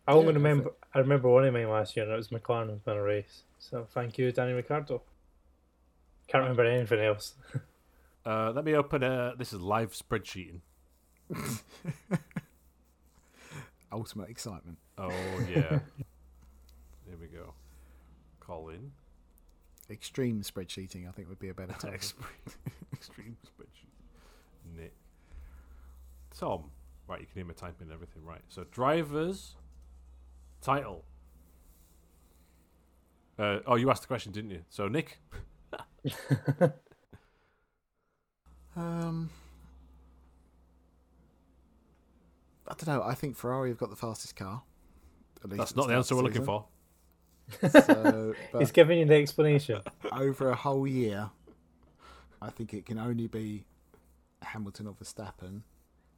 S1: I
S3: Yeah,
S1: only
S3: I
S1: remember I remember one of mine last year, and it was McLaren was going to race. So thank you, Danny Ricardo. Can't remember anything else.
S2: Uh, let me open. Uh, this is live spreadsheeting.
S3: Ultimate excitement.
S2: Oh yeah. Here we go. Call in.
S3: Extreme spreadsheeting, I think, would be a better title.
S2: Extreme, extreme spreadsheet. Nick. Tom. Right, you can hear me typing everything right. So drivers title. Uh, oh, you asked the question, didn't you? So Nick,
S3: Um, I don't know. I think Ferrari have got the fastest car. At least
S2: that's
S3: at
S2: not the answer
S3: start
S2: we're
S3: of
S2: looking for.
S3: season. So,
S1: He's
S3: but
S1: giving you the explanation.
S3: over a whole year, I think it can only be Hamilton or Verstappen.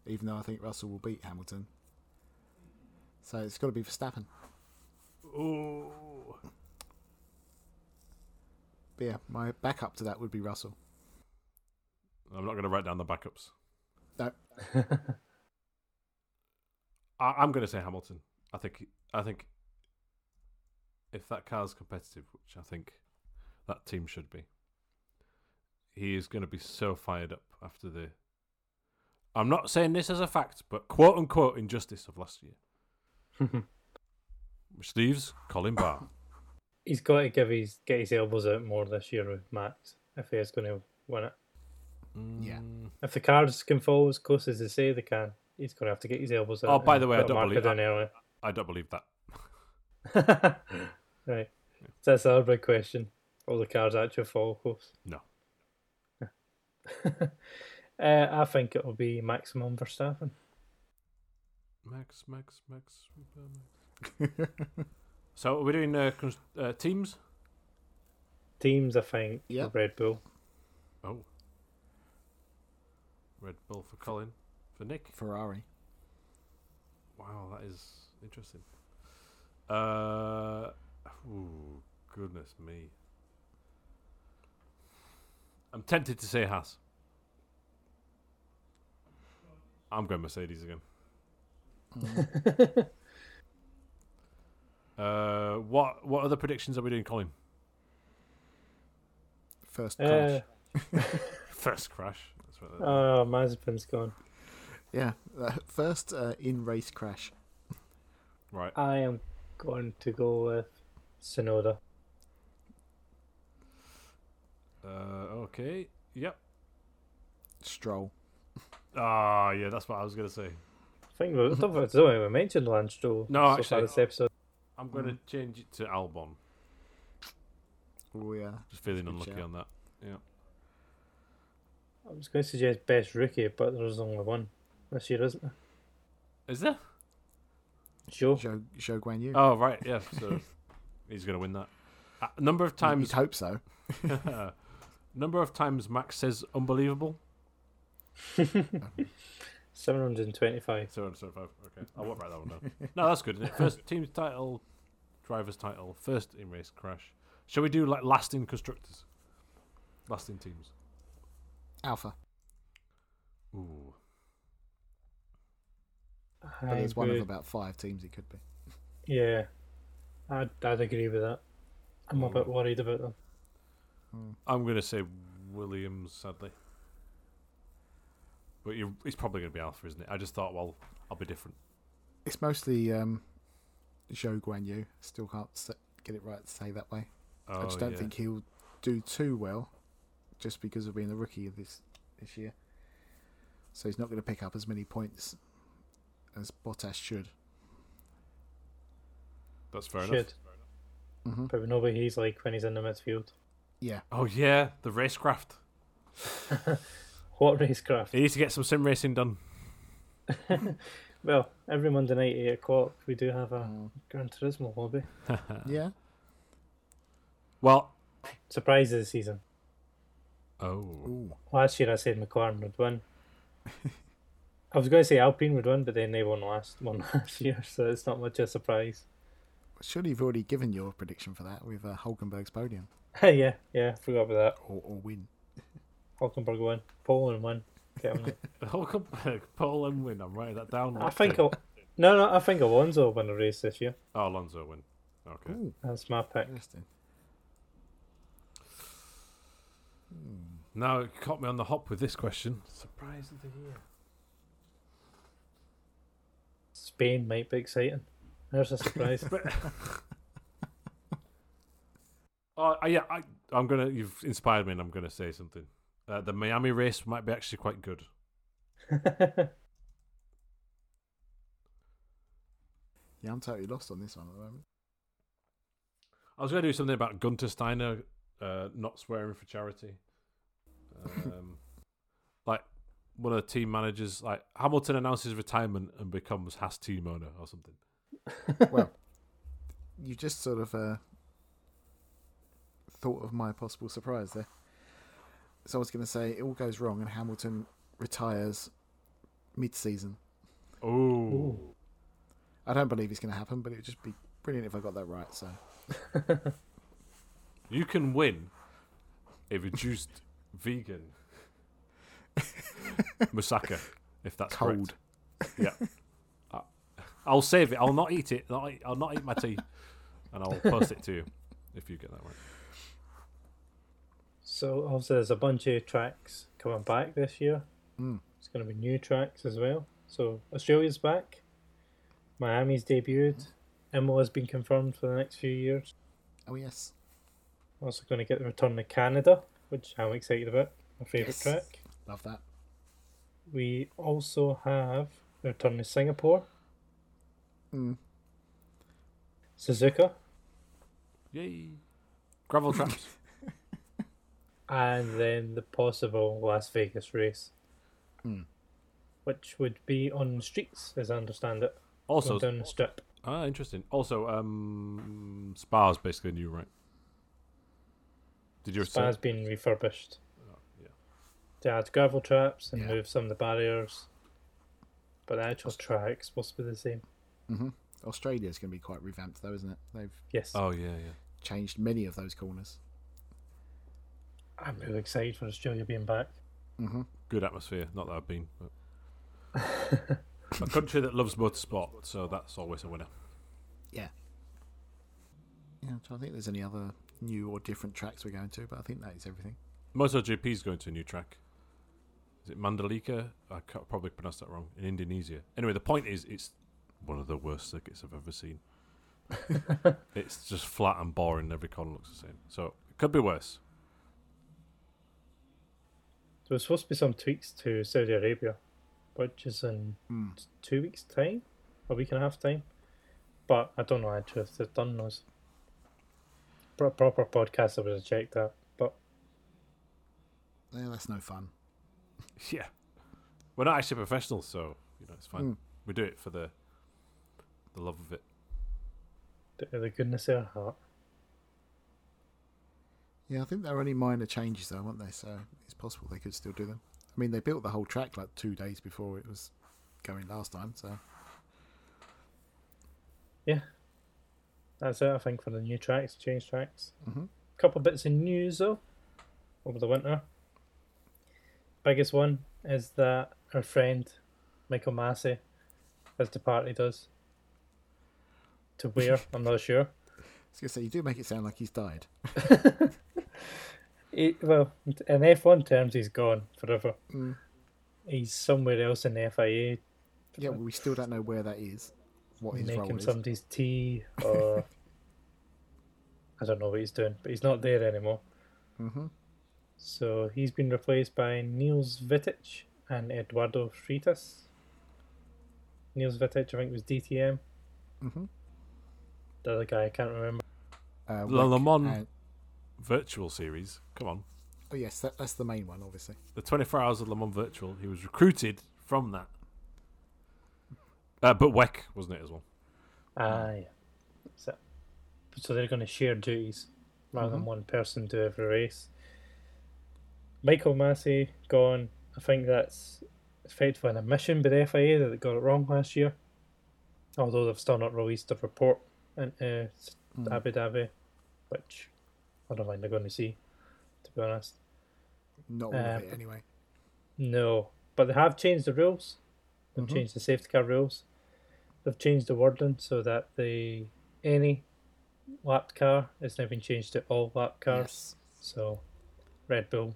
S3: Even though I think Russell will beat Hamilton, so it's got to be Verstappen.
S2: Ooh.
S3: But yeah, my backup to that would be Russell.
S2: I'm not going to write down the backups.
S3: No,
S2: I, I'm going to say Hamilton. I think. I think. If that car's competitive, which I think that team should be, he is going to be so fired up after the. I'm not saying this as a fact, but quote unquote injustice of last year, which leaves Colin Barr.
S1: He's got to give his get his elbows out more this year with Max if he is going to win it.
S3: Yeah.
S2: Mm,
S1: If the cards can fall as close as they say they can, he's going to have to get his elbows out.
S2: Oh, by
S1: and
S2: the way, I
S1: put a
S2: don't
S1: marker
S2: believe
S1: down
S2: that.
S1: early.
S2: I don't believe that.
S1: right. So that's another big question. All the cards actually fall close.
S2: No.
S1: Uh, I think it'll be maximum Verstappen.
S2: Max, Max, Max. uh, Max. so are we doing uh, cons- uh, teams?
S1: Teams, I think,
S3: Yeah.
S1: for Red Bull.
S2: Oh. Red Bull for Colin. For Nick.
S3: Ferrari.
S2: Wow, that is interesting. Uh, ooh, goodness me. I'm tempted to say Haas. I'm going Mercedes again. uh, what what other predictions are we doing, Colin?
S3: First crash.
S1: Uh,
S2: First crash. That's what that-
S1: oh, Mazepin's gone.
S3: Yeah, uh, first uh, in race crash.
S2: right.
S1: I am going to go with Sonoda.
S2: Uh, okay. Yep.
S3: Stroll.
S2: Ah, yeah, that's what I was gonna say.
S1: I think we, I don't think- I don't think we mentioned Lance Stroll
S2: No,
S1: so
S2: actually-
S1: far this episode.
S2: I'm gonna change it to Albon.
S3: Oh yeah.
S2: Just feeling
S3: Good
S2: unlucky
S3: shout.
S2: on that. Yeah.
S1: I was going to suggest best rookie, but there's only one this year, isn't there?
S2: Is there?
S1: Sure.
S3: Joe Joe Guan Yu.
S2: Oh right, yeah. So he's going to win that. Uh, number of
S3: You'd
S2: times,
S3: hope so.
S2: number of times Max says unbelievable.
S1: 725.
S2: So so five. Okay, I won't write that one down. No, that's good. Isn't it? First team's title, driver's title, first in race crash. Shall we do like lasting constructors, lasting teams?
S3: Alpha.
S2: Ooh,
S3: But
S1: I
S3: there's one of
S1: would-
S3: about five teams it could be.
S1: Yeah, I'd, I'd agree with that. I'm a bit
S3: Oh.
S1: worried about them.
S2: I'm going to say Williams. Sadly, but you it's probably going to be Alpha, isn't it? I just thought, well, I'll be different.
S3: It's mostly um, Joe Guan Yu. Still can't s- get it right to say that way. I just
S2: Oh,
S3: don't
S2: yeah.
S3: think he'll do too well, just because of being a rookie this this year. So he's not going to pick up as many points as Bottas should.
S2: that's fair enough.
S1: Should. But we know what he's like when he's in the midfield.
S3: Mm-hmm. Yeah.
S2: Oh yeah, the racecraft.
S1: What racecraft?
S2: He needs to get some sim racing done.
S1: Well, every Monday night, 8 o'clock, we do have
S3: Mm.
S1: a Gran Turismo hobby.
S2: Uh,
S3: Yeah.
S2: Well,
S1: Surprise of the season.
S2: oh,
S3: Ooh.
S1: Last year I said McLaren would win. I was going to say Alpine would win, but then they won last won last year, so it's not much of a surprise.
S3: Surely you've already given your prediction for that with uh, Hulkenberg's podium
S1: yeah, yeah, forgot about that.
S3: or, or win.
S1: Hulkenberg won. Poland won. Get him.
S2: Hulkenberg, Poland win. I'm writing that down.
S1: I think I'll, no, no. I think Alonso will win a race this year.
S2: Oh, Alonso win. Okay.
S3: Ooh,
S1: That's my pick.
S3: interesting.
S2: Now it caught me on the hop with this question. Surprise of the year.
S1: Spain might be exciting. There's a surprise.
S2: Oh, I- yeah. I, I'm gonna. You've inspired me, and I'm gonna say something. Uh, the Miami race might be actually quite good.
S3: Yeah, I'm totally lost on this one at the moment.
S2: I was gonna do something about Gunter Steiner uh, not swearing for charity. Um, like one of the team managers, like Hamilton announces retirement and becomes Haas team owner or something.
S3: Well, you just sort of uh, thought of my possible surprise there. So I was going to say it all goes wrong and Hamilton retires mid-season.
S2: Oh,
S1: Ooh.
S3: I don't believe it's going to happen, but it would just be brilliant if I got that right. So
S2: you can win a reduced vegan moussaka if that's
S3: cold.
S2: correct. Yeah, I, I'll save it. I'll not eat it. I'll not eat- I'll not eat my tea, and I'll post it to you if you get that right.
S1: so obviously there's a bunch of tracks coming back this year.
S3: Mm.
S1: It's going to be new tracks as well. So Australia's back. Miami's debuted. Imola has been confirmed for the next few years.
S3: Oh yes,
S1: Also going to get the return to Canada, which I'm excited about. My favourite
S3: Yes.
S1: track.
S3: love that.
S1: We also have the return to Singapore,
S3: Mm.
S1: Suzuka,
S2: Yay! Gravel traps.
S1: and then the possible Las Vegas race,
S3: Hmm.
S1: which would be on the streets, as I understand it,
S2: also,
S1: going down the strip.
S2: Ah, interesting. Also, um, Spa's basically new, right? Did you
S1: Spa has
S2: say?
S1: been refurbished
S2: Oh, yeah.
S1: to add gravel traps and
S3: Yeah.
S1: move some of the barriers, but the actual track's supposed to be the same.
S3: hmm Australia is going to be quite revamped, though, isn't it? They've
S1: Yes,
S2: Oh yeah, yeah.
S3: changed many of those corners.
S1: I'm really excited for Australia being back.
S3: hmm
S2: Good atmosphere. Not that I've been. But... a country that loves motorsport, so that's always a winner.
S3: Yeah. Yeah, I'm trying to think if there's any other new or different tracks we're going to, but I think that is everything.
S2: MotoGP's going to a new track. Is it Mandalika? I ca- probably pronounced that wrong. In Indonesia. Anyway, the point is, it's one of the worst circuits I've ever seen. it's just flat and boring. Every corner looks the same. So it could be worse.
S1: There was supposed to be some tweaks to Saudi Arabia, which is in
S3: Mm.
S1: t- two weeks' time, a week and a half time. But I don't know actually if they've done those. Pro- proper podcast, I would have checked that. But
S3: Yeah, that's no fun.
S2: Yeah. We're not actually professionals, so you know it's fine.
S3: Mm.
S2: We do it for the the love of it.
S1: the, the goodness of their heart.
S3: Yeah, I think there are only minor changes though, aren't they? So it's possible they could still do them. I mean, they built the whole track like two days before it was going last time, so
S1: That's it, I think, for the new tracks, change tracks.
S3: Mhm.
S1: couple bits of news, though, over the winter. Biggest one is that our friend Michael Massey has departed us. To where? I'm not sure.
S3: I was going to say, you do make it sound like he's died.
S1: He, well, in F1 terms, he's gone forever.
S3: Mm.
S1: He's somewhere else in the FIA
S3: Yeah, well, we still don't know where that is, what his role
S1: making
S3: is.
S1: somebody's tea or I don't know what he's doing, but he's not there anymore.
S3: hmm
S1: So he's been replaced by Niels Vitic and Eduardo Freitas. Niels Vitic, I think, was DTM.
S3: hmm
S1: The other guy, I can't remember.
S3: Uh,
S2: La Le
S3: Weck
S2: Mans.
S3: and-
S2: Virtual series. Come on.
S3: oh yes, that, that's the main one, obviously.
S2: The 24 hours of Le Mans virtual. He was recruited from that. Uh, but Weck wasn't it as well?
S1: Ah, yeah. That's it. So they're going to share duties rather than one person do every race. Michael Massey gone. I think that's effectively an admission by the FIA that they got it wrong last year. Although they've still not released a report into s- Abu Dhabi, which I don't think they're going to see, to be honest.
S3: Not all of
S1: Um,
S3: it, anyway.
S1: No, but they have changed the rules. They've
S3: Mhm.
S1: changed the safety car rules. They've changed the wording so that the any lapped car has now been changed to all lapped cars.
S3: Yes.
S1: So Red Bull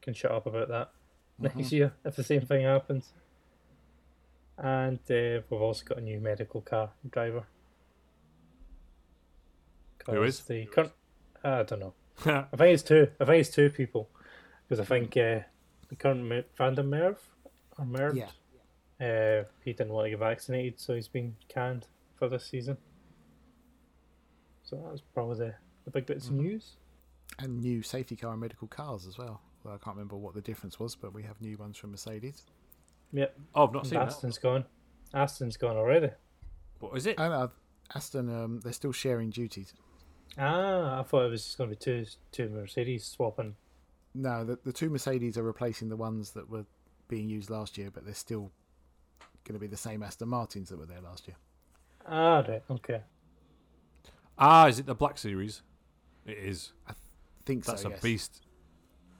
S1: can shut up about that next year if the same thing happens. And uh, we've also got a new medical car driver.
S2: Who is?
S1: 'Cause the current? I don't know.
S2: yeah,
S1: I think it's two. I think it's two people because I think uh, the current Ma- Vander Merv or Merv,
S3: Yeah.
S1: uh, he didn't want to get vaccinated, so he's been canned for this season. So that was probably the, the big bits
S3: Mm-hmm.
S1: of news.
S3: And new safety car and medical cars as well. Well, I can't remember what the difference was, but we have new ones from Mercedes.
S1: Yep,
S2: oh, I've not
S1: and
S2: seen that.
S1: Aston's gone. Aston's gone already.
S2: What is it?
S3: And uh, Aston, um, they're still sharing duties.
S1: Ah, I thought it was just going to be two two Mercedes swapping.
S3: No, the, the two Mercedes are replacing the ones that were being used last year, but they're still going to be the same Aston Martins that were there last year.
S1: Ah, right, okay.
S2: Ah, is it the Black Series? It is.
S3: think
S2: That's
S3: so.
S2: a
S3: yes.
S2: beast.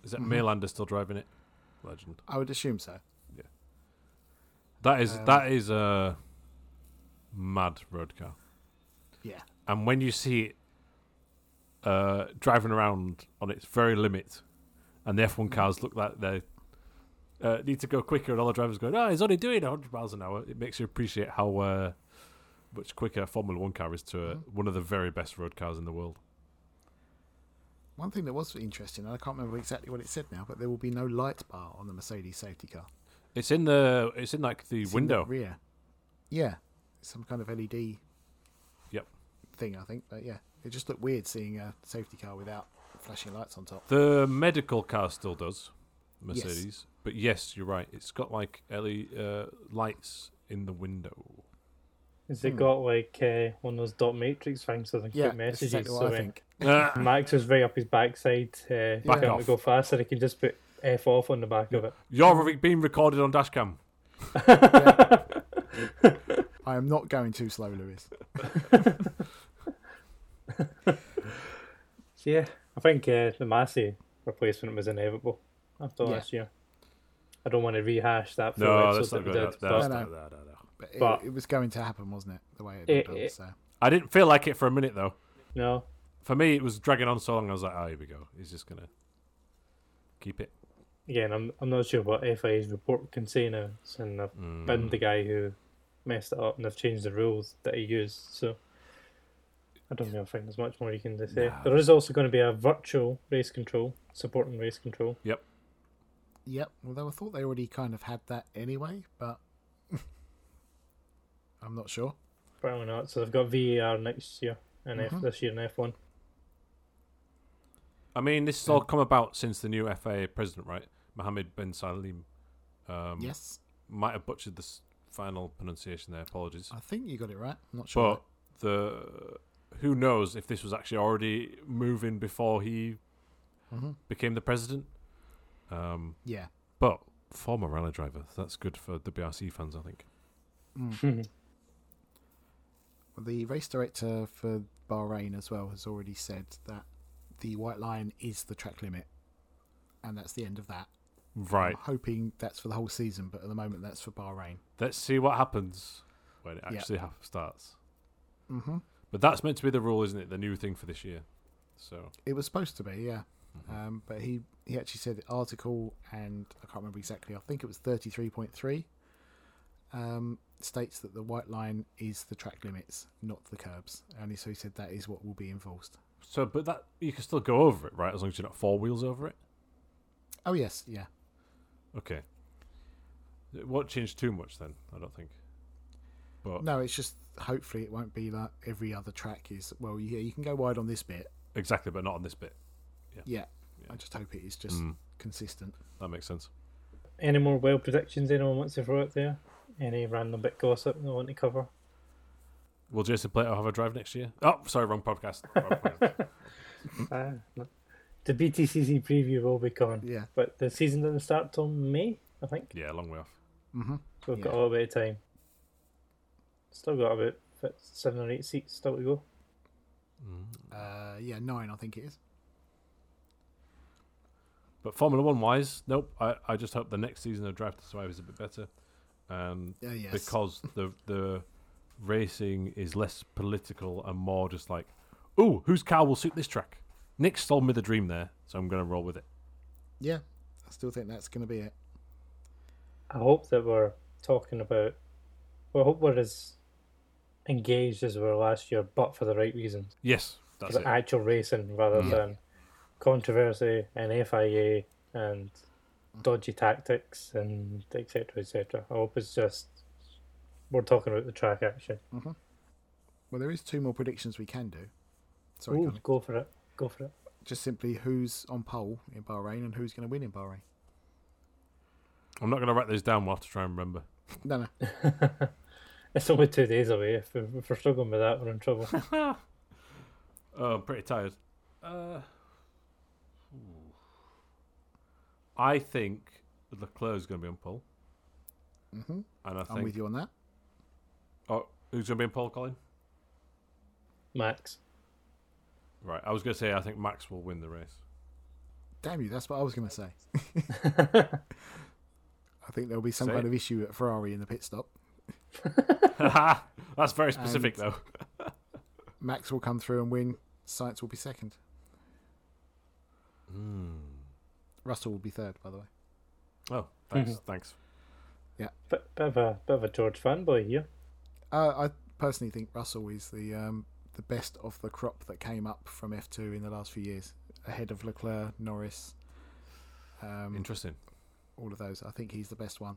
S2: Is that
S3: Mhm.
S2: Maylander still driving it? Legend.
S3: I would assume so.
S2: That is
S3: Um,
S2: that is a mad road car.
S3: Yeah.
S2: And when you see it uh, driving around on its very limit, and the F1 cars look like they uh, need to go quicker, and all the drivers going, "Oh, he's only doing 100 miles an hour," it makes you appreciate how uh, much quicker a Formula One car is to uh,
S3: Mm-hmm.
S2: one of the very best road cars in the world.
S3: One thing that was interesting, and I can't remember exactly what it said now, but there will be no light bar on the Mercedes safety car.
S2: It's in the it's in like the
S3: It's in the
S2: window.
S3: rear. Yeah, some kind of LED.
S2: Yep.
S3: Thing I think, but yeah, it just looked weird seeing a safety car without flashing lights on top.
S2: The medical car still does,
S3: Yes.
S2: Mercedes. But yes, you're right. It's got like LED uh, lights in the window.
S1: Has it
S3: Hmm.
S1: got like uh, one of those dot matrix things so they can
S3: Yeah,
S1: put
S3: that's
S1: messages?
S3: exactly
S1: so
S3: what I
S1: when-
S3: think.
S2: Ah,
S1: Max was right up his backside. Uh,
S3: Back
S1: trying
S2: off.
S1: to go faster. He can just put F off on the back of it.
S2: you're re- being recorded on dashcam.
S3: I am not going too slow, Lewis.
S1: So yeah, I think uh, the Massey replacement was inevitable after
S3: Yeah.
S1: last year. I don't want to rehash that. full
S2: No,
S1: episode
S2: that's not
S1: that we
S2: good.
S1: did,
S2: That's, that's
S1: but
S3: No,
S2: not- no, no, no.
S3: But it,
S1: But-
S3: it was going to happen, wasn't it? The way it,
S1: It-
S3: happened,
S1: it-
S3: so
S2: I didn't feel like it for a minute though.
S1: no,
S2: For me, it was dragging on so long. I was like, oh, here we go. He's just gonna keep it.
S1: again, I'm I'm not sure what FIA's report can say now, and I've
S2: Mm.
S1: been the guy who messed it up, and they've changed the rules that he used. So I don't think I think there's much more you can say.
S2: No.
S1: There is also going to be a virtual race control supporting race control.
S3: Yep. Although I thought they already kind of had that anyway, but I'm not sure.
S1: Apparently not. So they've got VAR next year and F
S3: Mhm.
S1: this year in F one.
S2: I mean, this has all come about since the new FA president, right? Mohammed bin Salim. Um,
S3: Yes,
S2: Might have butchered this final pronunciation there. Apologies.
S3: I think you got it right. I'm not sure.
S2: But the who knows if this was actually already moving before he
S3: Mhm.
S2: became the president. Um,
S3: Yeah.
S2: but former rally driver, that's good for WRC fans, I think.
S3: Well, The race director for Bahrain as well has already said that the white line is the track limit, and that's the end of that.
S2: Right.
S3: I'm hoping that's for the whole season, but at the moment that's for Bahrain.
S2: Let's see what happens when it
S3: Yeah.
S2: actually ha- starts.
S3: Mm-hmm.
S2: But that's meant to be the rule, isn't it? The new thing for this year. So uh,
S3: It was supposed to be, yeah. Um, but he, he actually said the article, and I can't remember exactly, I think it was 33.3, um, states that the white line is the track limits, not the curbs. And he- so he said that is what will be enforced.
S2: so, but that you can still go over it, right? As long as you're not four wheels over it.
S3: Oh, yes, yeah.
S2: Okay. It won't change too much then, I don't think. But
S3: No, it's just hopefully it won't be like every other track is, well, yeah, you can go wide on this bit.
S2: exactly, but not on this bit.
S3: Yeah.
S2: Yeah.
S3: I just hope it is just
S2: Mm.
S3: consistent.
S2: That makes sense.
S1: Any more well predictions anyone wants to throw out there? Any random bit gossip they want to cover?
S2: Will Jason Plato have a drive next year? Oh, sorry, wrong podcast. Wrong podcast.
S1: Ah, no. The BTCC preview will be coming,
S3: Uh, Yeah.
S1: but the season doesn't start till May, I think.
S2: yeah, long way off.
S3: hmm
S1: So we've got a
S3: Yeah.
S1: little bit of time. Still got about f- seven or eight seats still to go.
S3: Uh, yeah, nine, I think it is.
S2: But Formula One wise, nope. I, I just hope the next season of Drive to Survive is a bit better. Um,
S3: Yeah, yes.
S2: because the the racing is less political and more just like, ooh, whose car will suit this track? Nick sold me the dream there, so I'm going to roll with it.
S3: yeah, I still think that's going to be it.
S1: I hope that we're talking about. Well, I hope we're as engaged as we were last year, but for the right reasons.
S2: Yes,
S1: For
S2: that's
S1: the
S2: it.
S1: actual racing rather
S3: Yeah.
S1: than controversy and FIA and
S2: Hmm.
S1: dodgy tactics and etc. etc. I hope it's just we're talking about the track action.
S3: Well, there is two more predictions we can do. Sorry,
S1: Ooh,
S3: Connie.
S1: go for it. Go for it.
S3: just simply who's on pole in Bahrain and who's going to win in Bahrain.
S2: I'm not going to write those down. We'll have to try and remember.
S3: No, no.
S1: It's only two days away. If we're, if we're struggling with that, we're in trouble.
S2: Oh, I'm pretty tired. Uh, ooh. I think Leclerc's going to be on pole.
S3: Mm-hmm.
S2: And I
S3: I'm
S2: think.
S3: with you on that.
S2: Oh, who's going to be on pole, Colin?
S1: Max.
S2: Right. I was going to say, I think Max will win the race.
S3: Damn you, that's what I was going to say. I think there'll be some
S2: Say
S3: kind
S2: it.
S3: of issue at Ferrari in the pit stop.
S2: That's very specific,
S3: And-
S2: though.
S3: Max will come through and win. Sainz will be second.
S2: Hmm.
S3: Russell will be third, by the way.
S2: Oh, thanks. thanks.
S1: Bit, bit of a bit of a George fanboy here.
S3: Uh, I personally think Russell is the um, the best of the crop that came up from F2 in the last few years, ahead of Leclerc, Norris, um,
S2: Hmm. Interesting.
S3: all of those. I think he's the best one.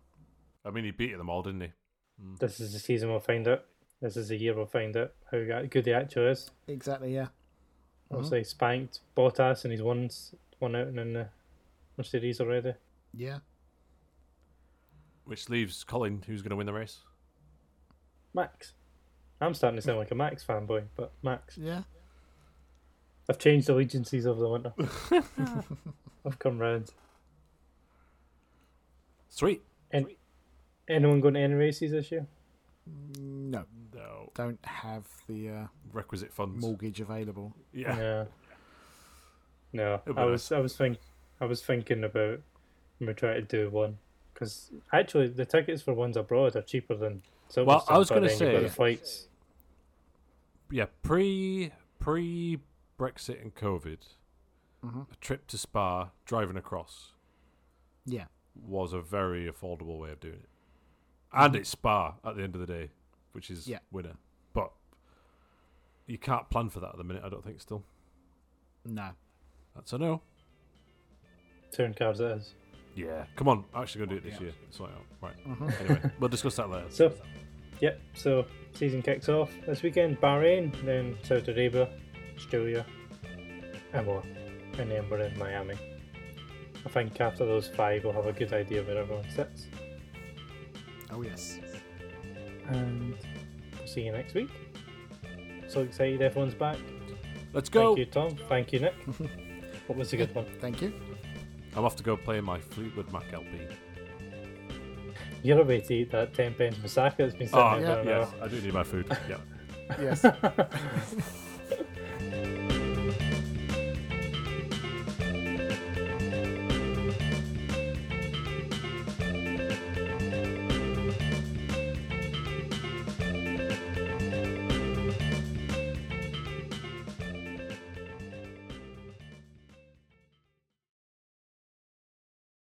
S2: I mean, he beat them all, didn't he? Hmm.
S1: This is the season we'll find out. This is the year we'll find out how ga- good the actual is.
S3: Exactly, yeah.
S2: Hmm.
S1: Obviously, spanked Bottas and he's won s- one out in the Mercedes already.
S3: Yeah.
S2: Which leaves Colin, who's going to win the race.
S1: Max. I'm starting to sound like a Max fanboy, but Max.
S3: Yeah.
S1: I've changed allegiances over the winter. I've come round.
S2: Sweet.
S1: And anyone going to any races this year?
S3: Mm, No,
S2: No.
S3: don't have the uh,
S2: Requisite funds.
S3: mortgage available.
S2: Yeah.
S1: No. No,
S2: It'd be
S1: I was I was think I was thinking about when we try to do one because actually the tickets for ones abroad are cheaper than Silverstone.
S2: Well, I was
S1: but
S2: gonna
S1: then you've got
S2: say-
S1: the flights.
S2: yeah, pre pre Brexit and COVID,
S3: Mm-hmm.
S2: a trip to Spa driving across
S3: Yeah.
S2: was a very affordable way of doing it, and it's Spa at the end of the day, which is
S3: Mm-hmm. Yeah.
S2: winner. But you can't plan for that at the minute. I don't think still.
S3: No.
S2: That's a no.
S1: Touring cars it is.
S2: Yeah, come on. I'm actually gonna do it this year. Sort it out. Right.
S1: Mm-hmm.
S2: Anyway, we'll discuss that later.
S1: So, yep. So season kicks off this weekend. Bahrain, then Saudi Arabia, Australia, and more, and then we're in Miami. I think after those five, we'll have a good idea where everyone sits,
S3: Oh, yes.
S1: and we'll see you next week. So excited everyone's back.
S2: Let's go.
S1: Thank you, Tom. Thank you, Nick. what was a good one?
S3: Thank you.
S2: I'm off to go play my Fleetwood Mac LP.
S1: You're away to eat that 10 pence moussaka that's been sitting
S2: Oh,
S1: there
S3: yeah.
S1: for an
S2: yes,
S1: hour.
S2: I do need my food. Yeah.
S3: Yes.